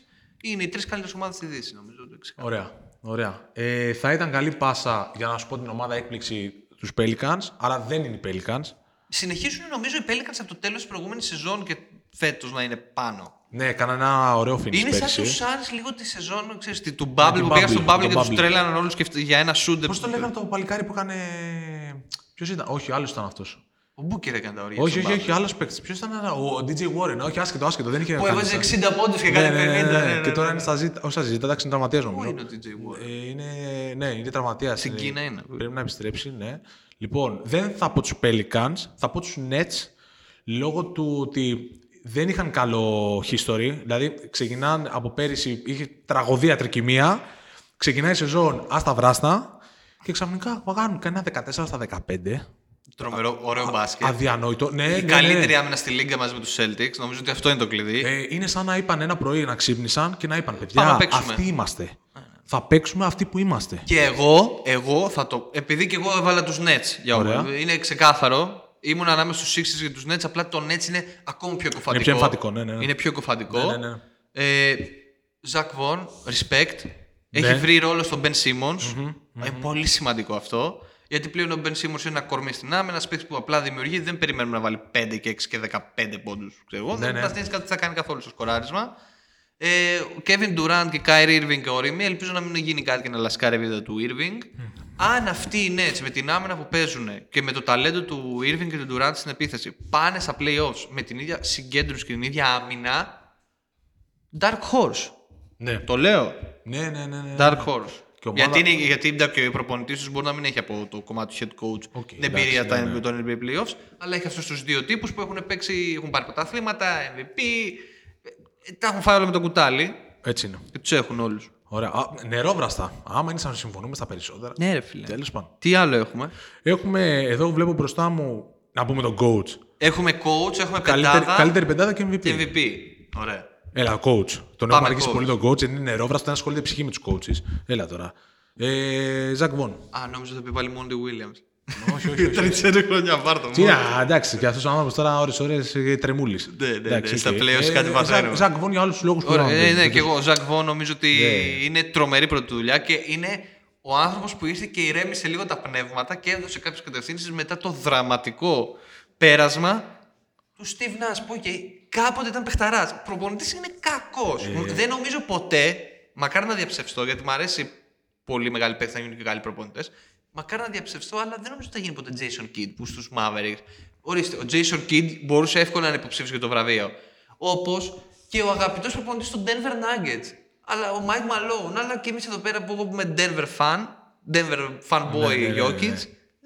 Speaker 2: Είναι οι τρεις καλύτερες ομάδες στη Δύση, νομίζω. το ξεκάθαρο.
Speaker 1: Ωραία. Ωραία. Ε, θα ήταν καλή πάσα για να σου πω την ομάδα έκπληξη τους Pelicans, αλλά δεν είναι οι Pelicans.
Speaker 2: Συνεχίζουν νομίζω οι Pelicans από το τέλος της προηγούμενης σεζόν και φέτος να είναι πάνω.
Speaker 1: Ναι, έκαναν ένα ωραίο finish
Speaker 2: Είναι σαν
Speaker 1: πέρσι.
Speaker 2: τους Suns λίγο τη σεζόν ξέρεις, τη- του Bubble
Speaker 1: την
Speaker 2: που πήγαν
Speaker 1: Bubble,
Speaker 2: στον Bubble
Speaker 1: τον
Speaker 2: και τους
Speaker 1: Bubble.
Speaker 2: τρέλαναν όλου για ένα shooter.
Speaker 1: Πώς το λέγανε το παλικάρι που έκανε... Ποιος ήταν, όχι, άλλος ήταν αυτός.
Speaker 2: Ο Μπούκερ έκανε τα όρια.
Speaker 1: Όχι,
Speaker 2: στον
Speaker 1: όχι, όχι,
Speaker 2: Μπάμπη.
Speaker 1: άλλος παίκτης. Ποιος ήταν άρα, ο DJ Warren, όχι, άσχετο, άσχετο. Δεν είχε
Speaker 2: Που
Speaker 1: κάνει
Speaker 2: έβαζε
Speaker 1: στα-
Speaker 2: 60 πόντους και
Speaker 1: Ναι,
Speaker 2: κάνει 50.
Speaker 1: ναι, ναι, ναι, ναι. Και τώρα
Speaker 2: ναι.
Speaker 1: είναι στα ζήτα. Όχι στα ζήτα, εντάξει, είναι τραυματίας
Speaker 2: Πού
Speaker 1: νομίζω.
Speaker 2: είναι ο DJ Ward.
Speaker 1: Ε, είναι, ναι, είναι τραυματίας.
Speaker 2: Στην Κίνα είναι.
Speaker 1: Πρέπει να επιστρέψει, ναι. Λοιπόν, δεν θα πω τους Pelicans, θα πω τους Nets λόγω του ότι δεν είχαν καλό history. Δηλαδή, ξεκινάνε από πέρυσι, είχε τραγωδία τρικυμία. Ξεκινάει η σεζόν άστα βράστα και ξαφνικά κάνουν κανένα 14 στα 15.
Speaker 2: Τρομερό, ωραίο μπάσκετ.
Speaker 1: Αδιανόητο. Ναι, Ε, ναι,
Speaker 2: Η
Speaker 1: ναι.
Speaker 2: καλύτερη άμυνα στη Λίγκα μαζί με τους Celtics. Νομίζω ότι αυτό είναι το κλειδί.
Speaker 1: Ε, είναι σαν να είπαν ένα πρωί να ξύπνησαν και να είπαν
Speaker 2: Πάμε
Speaker 1: παιδιά,
Speaker 2: να παίξουμε». Ναι,
Speaker 1: αυτοί είμαστε. Θα παίξουμε αυτοί που είμαστε.
Speaker 2: Και εγώ, εγώ θα το. Επειδή και εγώ έβαλα τους Nets για
Speaker 1: Ωραία.
Speaker 2: όλα. Είναι ξεκάθαρο. Ήμουν ανάμεσα στους Sixers και τους Nets. Απλά το Nets είναι ακόμη πιο κοφαντικό.
Speaker 1: Είναι πιο εμφαντικό, ναι, ναι, ναι.
Speaker 2: Είναι πιο κοφαντικό.
Speaker 1: Ναι, ναι, ναι.
Speaker 2: Ε, Ζακ Βον, respect. Έχει
Speaker 1: Ναι.
Speaker 2: βρει ρόλο στον Ben Simmons. Ε, πολύ σημαντικό αυτό. Γιατί πλέον ο Ben Simmons είναι ένα κορμί στην άμυνα, ένας παίκτης που απλά δημιουργεί. Δεν περιμένουμε να βάλει 5 και 6 και 15 πόντου. εγώ.
Speaker 1: Ναι,
Speaker 2: δεν
Speaker 1: ναι.
Speaker 2: θα στείλει κάτι που θα κάνει καθόλου στο σκοράρισμα. Ε, ο Kevin Durant και Kyrie Irving ορίμοι. Ελπίζω να μην γίνει κάτι και να λασκάρει η βίδα του Irving. Αν αυτοί οι Nets με την άμυνα που παίζουν και με το ταλέντο του Irving και του Durant στην επίθεση πάνε στα playoffs με την ίδια συγκέντρωση και την ίδια άμυνα, Dark Horse.
Speaker 1: Ναι,
Speaker 2: Το λέω.
Speaker 1: ναι, ναι. ναι, ναι.
Speaker 2: Dark Horse.
Speaker 1: Και ομάδα-
Speaker 2: Γιατί, είναι, γιατί εντάξει, ο προπονητής τους μπορεί να μην έχει από το κομμάτι του head coach
Speaker 1: Οκ,
Speaker 2: την εμπειρία
Speaker 1: εντάξει, ναι,
Speaker 2: τα των NBA playoffs, αλλά έχει αυτούς τους δύο τύπους που έχουν, παίξει, έχουν πάρει πρωταθλήματα, MVP. ε, Τα έχουν φάει όλα με το κουτάλι
Speaker 1: Έτσι είναι.
Speaker 2: και τους έχουν όλους.
Speaker 1: Ωραία. Α, νερόβραστα. Άμα είναι σαν να συμφωνούμε στα περισσότερα.
Speaker 2: Ναι, ρε φίλε.
Speaker 1: Τέλος πάντων.
Speaker 2: Τι άλλο έχουμε.
Speaker 1: Έχουμε, εδώ βλέπω μπροστά μου, να πούμε τον coach.
Speaker 2: Έχουμε coach, έχουμε
Speaker 1: Καλύτερη,
Speaker 2: πεντάδα
Speaker 1: καλύτερη πεντάδα και MVP.
Speaker 2: και MVP. Ωραία.
Speaker 1: Έλα, coach. Τον
Speaker 2: Πάμε,
Speaker 1: έχουμε αργήσει
Speaker 2: coach.
Speaker 1: πολύ τον coach. Είναι νερόβραστο, δεν ασχολείται ψυχή με τους coaches. Έλα τώρα. Ε, Ζακ Βον.
Speaker 2: Α, νόμιζα θα πει πάλι μόνο τη
Speaker 1: [LAUGHS]
Speaker 2: Williams.
Speaker 1: όχι, όχι. όχι.
Speaker 2: Τρίτη χρονιά, πάρτο.
Speaker 1: Τι να, εντάξει, και αυτός ο άνθρωπος τώρα ε, ώρε-ώρε τρεμούλης.
Speaker 2: Ναι, ναι, ναι, στα playoffs κάτι μαθαίνουμε.
Speaker 1: Ε, Ζακ Βον για όλου του λόγους που
Speaker 2: Ωραία,
Speaker 1: να
Speaker 2: ναι,
Speaker 1: παίζει.
Speaker 2: ναι, και εγώ ο Ζακ Βό νομίζω ότι
Speaker 1: Ναι.
Speaker 2: είναι τρομερή πρωτοδουλειά και είναι ο άνθρωπος που ήρθε και ηρέμησε λίγο τα πνεύματα και έδωσε κάποιες κατευθύνσεις μετά το δραματικό πέρασμα του Steve Nash που και κάποτε ήταν παιχταράς. Προπονητής είναι κακός.
Speaker 1: Ε.
Speaker 2: Δεν νομίζω ποτέ, μακάρι να διαψευστώ, γιατί μου αρέσει πολύ μεγάλη παίχτη να γίνουν και καλοί προπονητές. Μακάρι να διαψευστώ, αλλά δεν νομίζω ότι θα γίνει ποτέ Jason Kidd που στους Mavericks. Ορίστε, ο Jason Kidd μπορούσε εύκολα να είναι υποψήφιο για το βραβείο. Όπως και ο αγαπητός προπονητής του Denver Nuggets. Αλλά ο Mike Malone, αλλά και εμείς εδώ πέρα που εγώ που είμαι Denver fan, Denver fanboy
Speaker 1: Ναι, ναι, ναι, ναι.
Speaker 2: Jokic.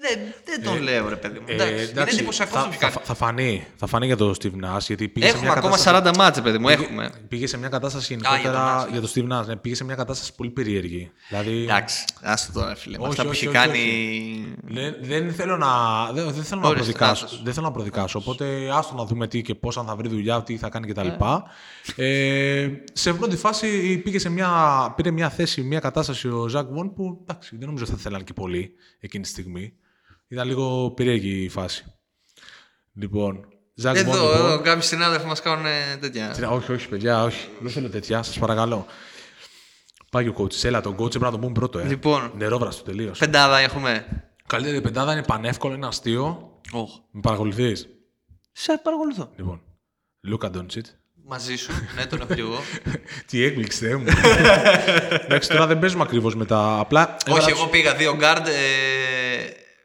Speaker 2: Δεν, δεν τον λέω, ρε παιδί μου.
Speaker 1: Ε,
Speaker 2: εντάξει, είναι
Speaker 1: εντάξει,
Speaker 2: εντυπωσιακός
Speaker 1: θα,
Speaker 2: αυτό που κάνει.
Speaker 1: θα, θα φανεί, θα φανεί για τον Steve Nash, γιατί πήγε σε
Speaker 2: Έχουμε
Speaker 1: μια
Speaker 2: ακόμα
Speaker 1: κατάσταση...
Speaker 2: 40 μάτσε, παιδί μου. Έχουμε.
Speaker 1: Πήγε σε μια κατάσταση
Speaker 2: τον
Speaker 1: γενικότερα
Speaker 2: Nash, ναι.
Speaker 1: για τον Steve Nash. Ναι, πήγε σε μια κατάσταση πολύ περίεργη. Δηλαδή,
Speaker 2: Εντάξει, άστο τώρα, φίλε. Με
Speaker 1: Όχι,
Speaker 2: Αυτά που
Speaker 1: όχι,
Speaker 2: έχει
Speaker 1: όχι,
Speaker 2: κάνει.
Speaker 1: δεν, δεν θέλω να, δεν, δεν θέλω να
Speaker 2: Ορίστε,
Speaker 1: προδικάσω.
Speaker 2: Νάσος.
Speaker 1: Δεν θέλω να προδικάσω. Οπότε άστο να δούμε τι και πώς, αν θα βρει δουλειά, τι θα κάνει κτλ. Ε, σε πρώτη φάση ε, πήγε σε μια, πήρε μια θέση, μια κατάσταση ο Ζακ Βον που εντάξει, δεν νομίζω ότι θα θέλαν και πολύ εκείνη τη στιγμή. Ήταν λίγο περίεργη η φάση. Λοιπόν, Ζακ Βον.
Speaker 2: Εδώ,
Speaker 1: λοιπόν,
Speaker 2: εδώ, κάποιοι συνάδελφοι μας κάνουν ε, τέτοια.
Speaker 1: Τι να- Όχι, όχι, παιδιά, όχι. Δεν θέλω τέτοια, σας παρακαλώ. Πάει και ο coach. Έλα, τον coach πρέπει να τον πούμε πρώτο. Ε.
Speaker 2: Λοιπόν.
Speaker 1: Νερόβραστο τελείω.
Speaker 2: Πεντάδα έχουμε.
Speaker 1: Καλύτερη πεντάδα είναι πανεύκολο, είναι αστείο.
Speaker 2: Oh.
Speaker 1: Με παρακολουθείς.
Speaker 2: Σε παρακολουθώ.
Speaker 1: Λοιπόν. Λούκα Ντόντσιτ.
Speaker 2: Μαζί σου, ναι, τον έχω κι
Speaker 1: [LAUGHS]
Speaker 2: εγώ.
Speaker 1: Τι έκπληξη, Θεέ μου. [LAUGHS] Εντάξει, τώρα δεν παίζουμε ακριβώς με τα. Απλά.
Speaker 2: Όχι, εγώ πήγα δύο γκάρντ. ε,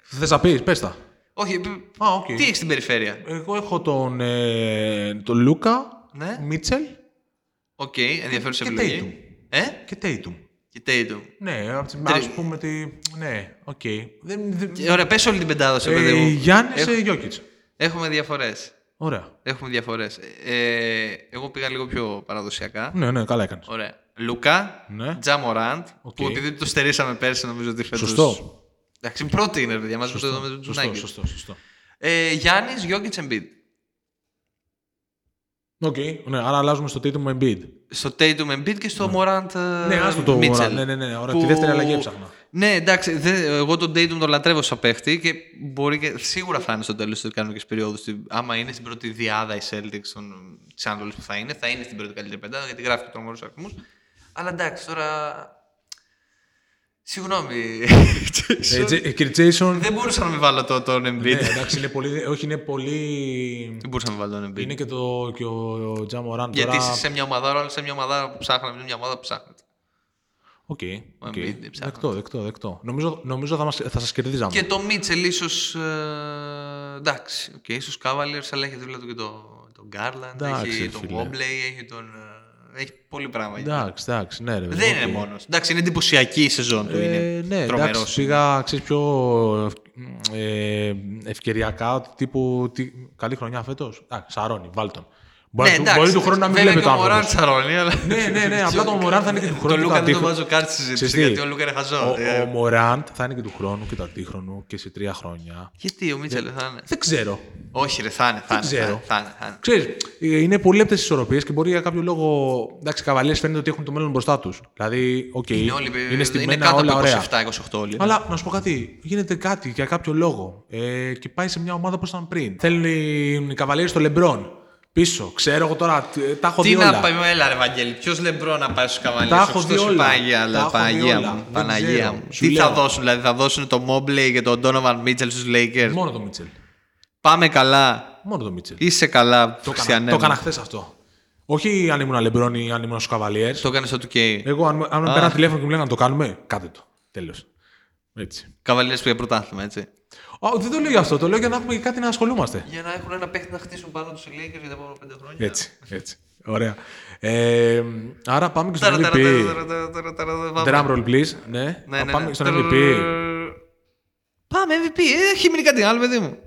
Speaker 1: Θες να πεις, πες τα.
Speaker 2: Όχι, π-
Speaker 1: Α, οκ.
Speaker 2: τι έχεις στην περιφέρεια.
Speaker 1: Εγώ έχω τον, ε, τον Λούκα,
Speaker 2: Ναι.
Speaker 1: Μίτσελ
Speaker 2: Οκ, ενδιαφέρουσα
Speaker 1: Και
Speaker 2: επιλογή. Ε,
Speaker 1: και Τέιτουμ.
Speaker 2: και Tatum.
Speaker 1: Ναι, ας
Speaker 2: Τρεις.
Speaker 1: πούμε ότι. Ναι, οκ. Δεν, δεν...
Speaker 2: Και, Ωραία, πες όλη την πεντάδα σου, παιδί
Speaker 1: Ε,
Speaker 2: μου.
Speaker 1: Γιάννης
Speaker 2: Έχ-
Speaker 1: σε Γιώκητ.
Speaker 2: Έχουμε διαφορές.
Speaker 1: Ωραία.
Speaker 2: Έχουμε διαφορές. Εγώ πήγα λίγο πιο παραδοσιακά.
Speaker 1: Ναι, ναι, καλά έκανες.
Speaker 2: Ωραία. Λουκά,
Speaker 1: Ναι.
Speaker 2: Τζαμοράντ,
Speaker 1: Οκ.
Speaker 2: που επειδή το στερήσαμε πέρσι, νομίζω ότι φέτος...
Speaker 1: Σωστό.
Speaker 2: Εντάξει, πρώτη είναι, παιδιά, μαζί με το με τους
Speaker 1: Σωστό,
Speaker 2: Nuggets.
Speaker 1: σωστό, σωστό.
Speaker 2: Ε, Γιάννης, Γιώκητς, Embiid.
Speaker 1: Οκ, ναι, άρα αλλάζουμε στο Tatum Embiid.
Speaker 2: Στο Tatum Embiid και στο Morant ε,
Speaker 1: Ναι, άστο το
Speaker 2: Mitchell,
Speaker 1: Morant. Ναι, ναι, ναι, ωραία. Τη δεύτερη αλλαγή έψαχνα.
Speaker 2: Ναι, εντάξει, δε- εγώ τον Tatum τον λατρεύω σαν παίχτη και μπορεί και σίγουρα θα είναι στο τέλος τη κανονικής περίοδου. στη- Άμα είναι στην πρώτη διάδα η Celtics των- της Ανατολής που θα είναι, θα είναι στην πρώτη καλύτερη πεντάδα γιατί γράφει τρομερούς αριθμούς. Αλλά εντάξει, τώρα.
Speaker 1: [LAUGHS]
Speaker 2: Συγγνώμη.
Speaker 1: Ε, Τζε- ε, Κύριε Jason.
Speaker 2: Δεν μπορούσα να με βάλω το, τον Embiid.
Speaker 1: Ναι, εντάξει, είναι πολύ. Όχι, είναι πολύ.
Speaker 2: Δεν μπορούσα να με βάλω τον Embiid.
Speaker 1: Είναι και, το, και ο Τζαμοράν
Speaker 2: Γιατί
Speaker 1: τώρα.
Speaker 2: είσαι σε μια ομάδα, αλλά σε μια ομάδα που ψάχναμε, μια ομάδα που ψάχνατε.
Speaker 1: Οκ,
Speaker 2: Ο
Speaker 1: οκ.
Speaker 2: Embiid δεν ψάχνει.
Speaker 1: Δεκτό, δεκτό, δεκτό. Νομίζω, νομίζω θα, μας, θα σας κερδίζαμε.
Speaker 2: Και το Μίτσελ ίσως. ε, εντάξει, οκ, ίσως Cavaliers, αλλά έχει δίπλα του και τον, τον Garland,
Speaker 1: Εντάξει,
Speaker 2: έχει τον
Speaker 1: φίλε.
Speaker 2: Mobley, έχει τον... ε, Έχει πολύ πράγμα.
Speaker 1: Εντάξει, εντάξει, ναι, ρε. παιδί
Speaker 2: Δεν
Speaker 1: μου,
Speaker 2: είναι
Speaker 1: οκ.
Speaker 2: μόνος. Εντάξει, είναι εντυπωσιακή η σεζόν του.
Speaker 1: Ε,
Speaker 2: είναι
Speaker 1: ναι,
Speaker 2: τρομερός.
Speaker 1: εντάξει, πήγα, ξέρεις, πιο ε, ευκαιριακά, ότι τύπου, τι, καλή χρονιά φέτος. Εντάξει, σαρώνει, βάλ τον. Μπορεί,
Speaker 2: Ναι,
Speaker 1: του-
Speaker 2: εντάξει,
Speaker 1: μπορεί του χρόνου να μην
Speaker 2: βέβαια
Speaker 1: βλέπει το
Speaker 2: και ο Μωράν
Speaker 1: άνθρωπος.
Speaker 2: τσαρώνει, αλλά...
Speaker 1: Ναι, ναι, ναι, απλά το Μωράν θα είναι και του χρόνου.
Speaker 2: Το
Speaker 1: και
Speaker 2: Λούκα
Speaker 1: του
Speaker 2: δεν το
Speaker 1: αντίχρονου.
Speaker 2: βάζω κάρτη συζήτηση,
Speaker 1: Ξέρεις τι,
Speaker 2: γιατί ο Λούκα είναι χαζό.
Speaker 1: Ο,
Speaker 2: Ε,
Speaker 1: ο Μωράν θα είναι και του χρόνου και του αντίχρονου και σε τρία χρόνια.
Speaker 2: Γιατί ο Μίτσελ θα είναι.
Speaker 1: Δεν ξέρω.
Speaker 2: Όχι, ρε, θα είναι. θα είναι,
Speaker 1: ξέρω.
Speaker 2: Θα είναι. θα είναι.
Speaker 1: Ξέρεις, ε, είναι πολύ λεπτέ ισορροπίες και μπορεί για κάποιο λόγο. Εντάξει, οι καβαλιέ φαίνεται ότι έχουν το μέλλον μπροστά τους. Δηλαδή, οκ,
Speaker 2: Είναι όλοι. ε,
Speaker 1: είναι
Speaker 2: Είναι
Speaker 1: στημένα
Speaker 2: κάτω
Speaker 1: όλα
Speaker 2: από
Speaker 1: ωραία.
Speaker 2: 27-28 όλοι.
Speaker 1: Αλλά να σου πω κάτι, γίνεται κάτι για κάποιο λόγο ε, και πάει σε μια ομάδα όπω ήταν πριν. Θέλουν οι καβαλιέ στο Λεμπρόν πίσω. Ξέρω εγώ τώρα, τ- ε, τα έχω
Speaker 2: Τι
Speaker 1: δει
Speaker 2: να
Speaker 1: όλα.
Speaker 2: πάμε, έλα ρε Βαγγέλη, ποιος λεμπρό να πάει στους
Speaker 1: Τα
Speaker 2: καβαλιές,
Speaker 1: έχω δει όλα.
Speaker 2: Παναγία,
Speaker 1: Τα έχω
Speaker 2: αλλά
Speaker 1: δει
Speaker 2: Παναγία
Speaker 1: όλα.
Speaker 2: μου,
Speaker 1: Δεν
Speaker 2: Παναγία
Speaker 1: ξέρω.
Speaker 2: μου.
Speaker 1: Σου
Speaker 2: Τι θα
Speaker 1: λέω.
Speaker 2: δώσουν, δηλαδή θα δώσουν τον Μόμπλε και τον Donovan Mitchell στους Lakers.
Speaker 1: Μόνο το Μίτσελ.
Speaker 2: Πάμε καλά,
Speaker 1: Μόνο το Μίτσελ.
Speaker 2: είσαι καλά,
Speaker 1: Το
Speaker 2: Χριστιανέ.
Speaker 1: έκανα, το έκανα χθες αυτό. Όχι αν ήμουν Λεμπρόν ή αν ήμουν στους καβαλιέ.
Speaker 2: Το έκανες στο 2K.
Speaker 1: Εγώ, αν, αν με πέραν τηλέφωνο και μου λέγανε να το κάνουμε, κάτε το. Τέλος. Έτσι.
Speaker 2: Καβαλιές πήγε πρωτάθλημα, έτσι.
Speaker 1: Α, δεν το λέω για αυτό, το λέω για να έχουμε και κάτι να ασχολούμαστε.
Speaker 2: Για να έχουν ένα παίχτη να χτίσουν πάνω τους οι Lakers για τα επόμενα πέντε χρόνια.
Speaker 1: Έτσι, έτσι. Ωραία. Ε, άρα πάμε και
Speaker 2: Ταρα,
Speaker 1: στον
Speaker 2: ταρα,
Speaker 1: MVP.
Speaker 2: ταρα, ταρα, ταρα, ταρα, πάμε.
Speaker 1: Drum roll, please. Ναι.
Speaker 2: Ναι, ναι,
Speaker 1: πάμε
Speaker 2: ναι.
Speaker 1: και στον MVP.
Speaker 2: Πάμε MVP, ε, έχει μείνει κάτι άλλο, παιδί μου.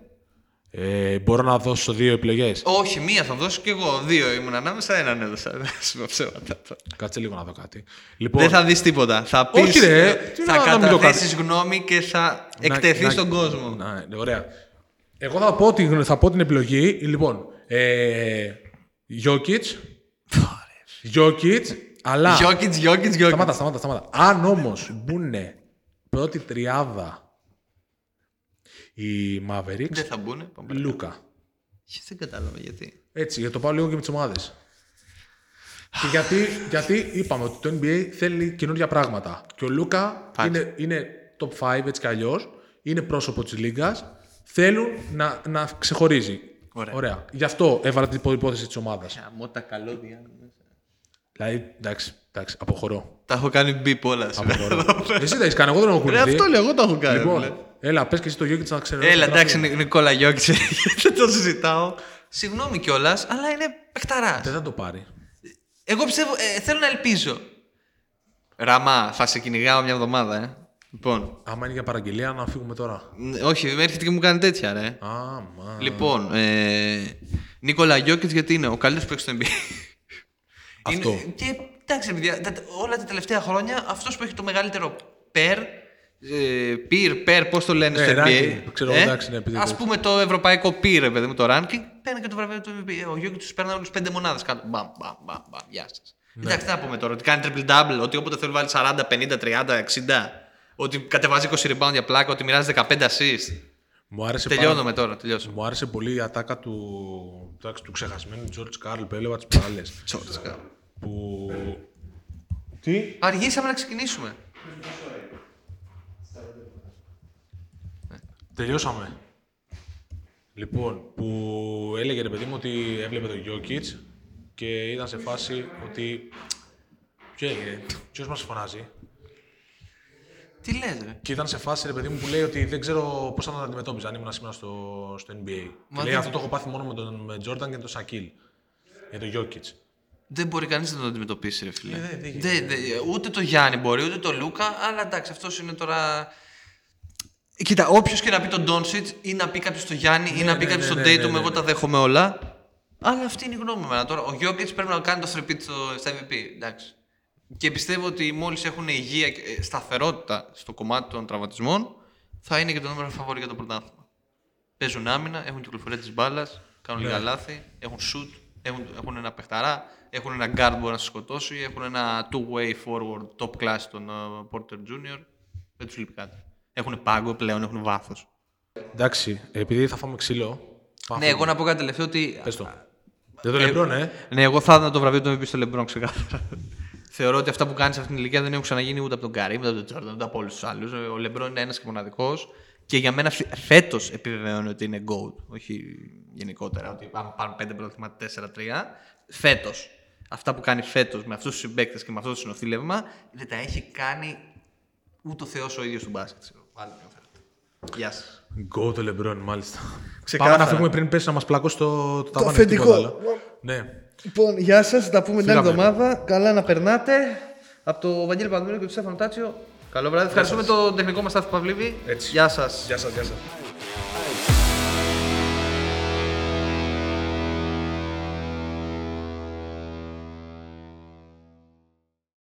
Speaker 1: Ε, μπορώ να δώσω δύο επιλογές.
Speaker 2: Όχι, μία θα δώσω κι εγώ. Δύο ήμουν ανάμεσα, έναν έδωσα. Δεν σου πω ψέματα.
Speaker 1: Κάτσε λίγο να δω κάτι. Λοιπόν,
Speaker 2: Δεν θα δεις τίποτα. Θα πει.
Speaker 1: Όχι, ρε. Τι
Speaker 2: θα
Speaker 1: να- να μην το
Speaker 2: καταθέσεις γνώμη και θα
Speaker 1: να-
Speaker 2: εκτεθείς
Speaker 1: να-
Speaker 2: στον κόσμο.
Speaker 1: Να, ναι, ωραία. Εγώ θα πω, την, θα πω την επιλογή. Λοιπόν, ε, Jokic. Jokic, αλλά.
Speaker 2: Γιώκητ, Γιώκητ, Γιώκητ.
Speaker 1: Σταμάτα, σταμάτα, σταμάτα. Αν όμως μπουν πρώτη τριάδα οι Mavericks,
Speaker 2: Δεν θα μπουν.
Speaker 1: Λούκα.
Speaker 2: Δεν κατάλαβα γιατί.
Speaker 1: Έτσι, για το πάω λίγο και με τις ομάδες. και γιατί, γιατί είπαμε ότι το NBA θέλει καινούργια πράγματα. Και ο Λούκα
Speaker 2: Facts.
Speaker 1: είναι, είναι top 5 έτσι κι αλλιώς. Είναι πρόσωπο της λίγας. Θέλουν να, να ξεχωρίζει.
Speaker 2: Ωραία.
Speaker 1: Γι' αυτό έβαλα την υπόθεση της ομάδας.
Speaker 2: Χαμό τα καλώδια.
Speaker 1: Δηλαδή, εντάξει, εντάξει, αποχωρώ.
Speaker 2: Τα έχω κάνει μπιπ όλα. [LAUGHS]
Speaker 1: αποχωρώ. εσύ τα έχεις κάνει, εγώ δεν έχω
Speaker 2: Ρε,
Speaker 1: κουνηθεί.
Speaker 2: αυτό λέω, εγώ το έχω κάνει.
Speaker 1: Λοιπόν,
Speaker 2: ρε.
Speaker 1: έλα, πες και εσύ το Γιώργη να ξέρω.
Speaker 2: Έλα,
Speaker 1: να
Speaker 2: εντάξει, ναι.
Speaker 1: ξέρω.
Speaker 2: Νι- Νικόλα Γιώκητ, [LAUGHS] δεν το συζητάω. Συγγνώμη κιόλας, αλλά είναι παιχταράς.
Speaker 1: Ε, Δεν θα το πάρει.
Speaker 2: Εγώ πιστεύω, ε, θέλω να ελπίζω. Ραμά, θα σε κυνηγάω μια εβδομάδα, ε. Λοιπόν.
Speaker 1: Άμα είναι για παραγγελία, να φύγουμε τώρα.
Speaker 2: ν- Όχι, με έρχεται και μου κάνει τέτοια, ρε.
Speaker 1: Α, μα.
Speaker 2: Λοιπόν, ε, Νίκολα Γιώκητ, γιατί είναι ο καλύτερος παίκτης του NBA.
Speaker 1: Αυτό.
Speaker 2: Είναι- και εντάξει, παιδιά, τα- όλα τα τελευταία χρόνια αυτός που έχει το μεγαλύτερο per. ε, Peer, per, πώς το λένε
Speaker 1: Ναι,
Speaker 2: στο NBA.
Speaker 1: ranking, ξέρω, εντάξει, ναι, επειδή
Speaker 2: Ας
Speaker 1: το-
Speaker 2: ε, πούμε το ευρωπαϊκό peer, ρε παιδί μου, το ranking, παίρνει και το βραβείο του MVP. Ο Γιώκητ τους παίρνει όλους πέντε μονάδες κάτω. Μπαμ, μπαμ, μπαμ, μπαμ, γεια
Speaker 1: Ναι.
Speaker 2: σα. Εντάξει, τι να πούμε τώρα, ότι κάνει triple double, ότι όποτε θέλει βάλει 40, 50, 30, 60, ότι κατεβάζει 20 rebound για πλάκα, ότι μοιράζει 15 assist.
Speaker 1: Μου άρεσε πάρα
Speaker 2: Τελειώνουμε τώρα, τελειώσαμε.
Speaker 1: Μου άρεσε πολύ η ατάκα του, εντάξει, του ξεχασμένου Τζόρτζ Κάρλ που έλεγα τι προάλλε.
Speaker 2: Τσόρτσκα.
Speaker 1: που. Τι?
Speaker 2: Αργήσαμε να ξεκινήσουμε.
Speaker 1: Τελειώσαμε. Λοιπόν, που έλεγε ρε παιδί μου ότι έβλεπε τον Γιώκητ και ήταν σε φάση ότι. Ποιο έγινε, ποιος μας φωνάζει.
Speaker 2: Τι λες ρε.
Speaker 1: Και ήταν σε φάση ρε παιδί μου που λέει ότι δεν ξέρω πώς θα τον αντιμετώπιζα αν ήμουν σήμερα στο, στο NBA.
Speaker 2: Μα
Speaker 1: Και λέει
Speaker 2: δεν-
Speaker 1: αυτό το έχω πάθει μόνο με τον με Τζόρνταν και τον Σακίλ. Για τον Γιώκητ.
Speaker 2: Δεν μπορεί κανείς να τον αντιμετωπίσει, ρε φίλε.
Speaker 1: Ε, δεν- δεν
Speaker 2: Δεν- δεν- ούτε το Γιάννη μπορεί, ούτε το Λούκα, αλλά εντάξει, αυτός είναι τώρα. Κοίτα, όποιος και να πει τον Ντόνσιτ ή να πει κάποιος τον Γιάννη ή να πει
Speaker 1: ναι,
Speaker 2: κάποιος
Speaker 1: ναι,
Speaker 2: τον
Speaker 1: ναι,
Speaker 2: Τέιτουμ,
Speaker 1: ναι, ναι.
Speaker 2: εγώ τα δέχομαι όλα. Αλλά αυτή είναι η γνώμη μου εμένα τώρα. Ο Γιώκετ πρέπει να κάνει το θρεπίτ στο στα MVP. Εντάξει. Και πιστεύω ότι μόλις έχουν υγεία και ε, σταθερότητα στο κομμάτι των τραυματισμών, θα είναι και το νούμερο φαβόρη για το πρωτάθλημα. Παίζουν άμυνα, έχουν κυκλοφορία της μπάλας, κάνουν λίγα λάθη, έχουν shoot, έχουν, έχουν ένα παιχταρά, έχουν ένα guard που μπορεί να σε σκοτώσει, έχουν ένα two-way forward top class τον ε, Porter Jr. Δεν τους λείπει κάτι. Έχουν πάγκο πλέον, έχουν βάθος.
Speaker 1: Εντάξει, επειδή θα φάμε ξύλο. πάμε
Speaker 2: Ναι, εγώ να πω κάτι τελευταίο ότι.
Speaker 1: Πες το. Δεν το λεπτό, ναι.
Speaker 2: Ναι, εγώ θα έδινα το βραβείο του MVP στο LeBron ξεκάθαρα. [LAUGHS] Θεωρώ ότι αυτά που κάνεις σε αυτήν την ηλικία δεν έχουν ξαναγίνει ούτε από τον Καρύμ, ούτε από τον Τζόρνταν, ούτε από όλους τους άλλους. Ο LeBron είναι ένας και μοναδικός. Και για μένα φέτο επιβεβαιώνει ότι είναι GOAT. Όχι γενικότερα, ότι υπάρχουν πάρουν πέντε πρωταθλήματα, τέσσερα-τρία. Φέτος. Αυτά που κάνει φέτος με αυτούς τους συμπαίκτες και με αυτό το συνοθήλευμα δεν τα έχει κάνει ούτε ο Θεός ο ίδιος του μπάσκετ. ξέρω. Άλλη μια φορά.
Speaker 3: Γεια σας.
Speaker 1: Γκο το Λεμπρόν, μάλιστα.
Speaker 2: Ξεκάθαρα.
Speaker 1: Πάμε να φύγουμε πριν πέσει να μας πλακώσει το, το, ταβάνι,
Speaker 2: αφεντικό.
Speaker 1: τίποτα άλλο. Ναι.
Speaker 2: Λοιπόν, γεια σας. Τα πούμε την άλλη
Speaker 1: Φύγαμε.
Speaker 2: εβδομάδα. Καλά να περνάτε. Από το Βαγγέλη Παντούνιο και τον Στέφανο Τάτσιο.
Speaker 3: Καλό βράδυ. Ευχαριστούμε τον τεχνικό μας Στάθη Παυλίδη.
Speaker 2: Γεια σας.
Speaker 1: Γεια σας, γεια σας.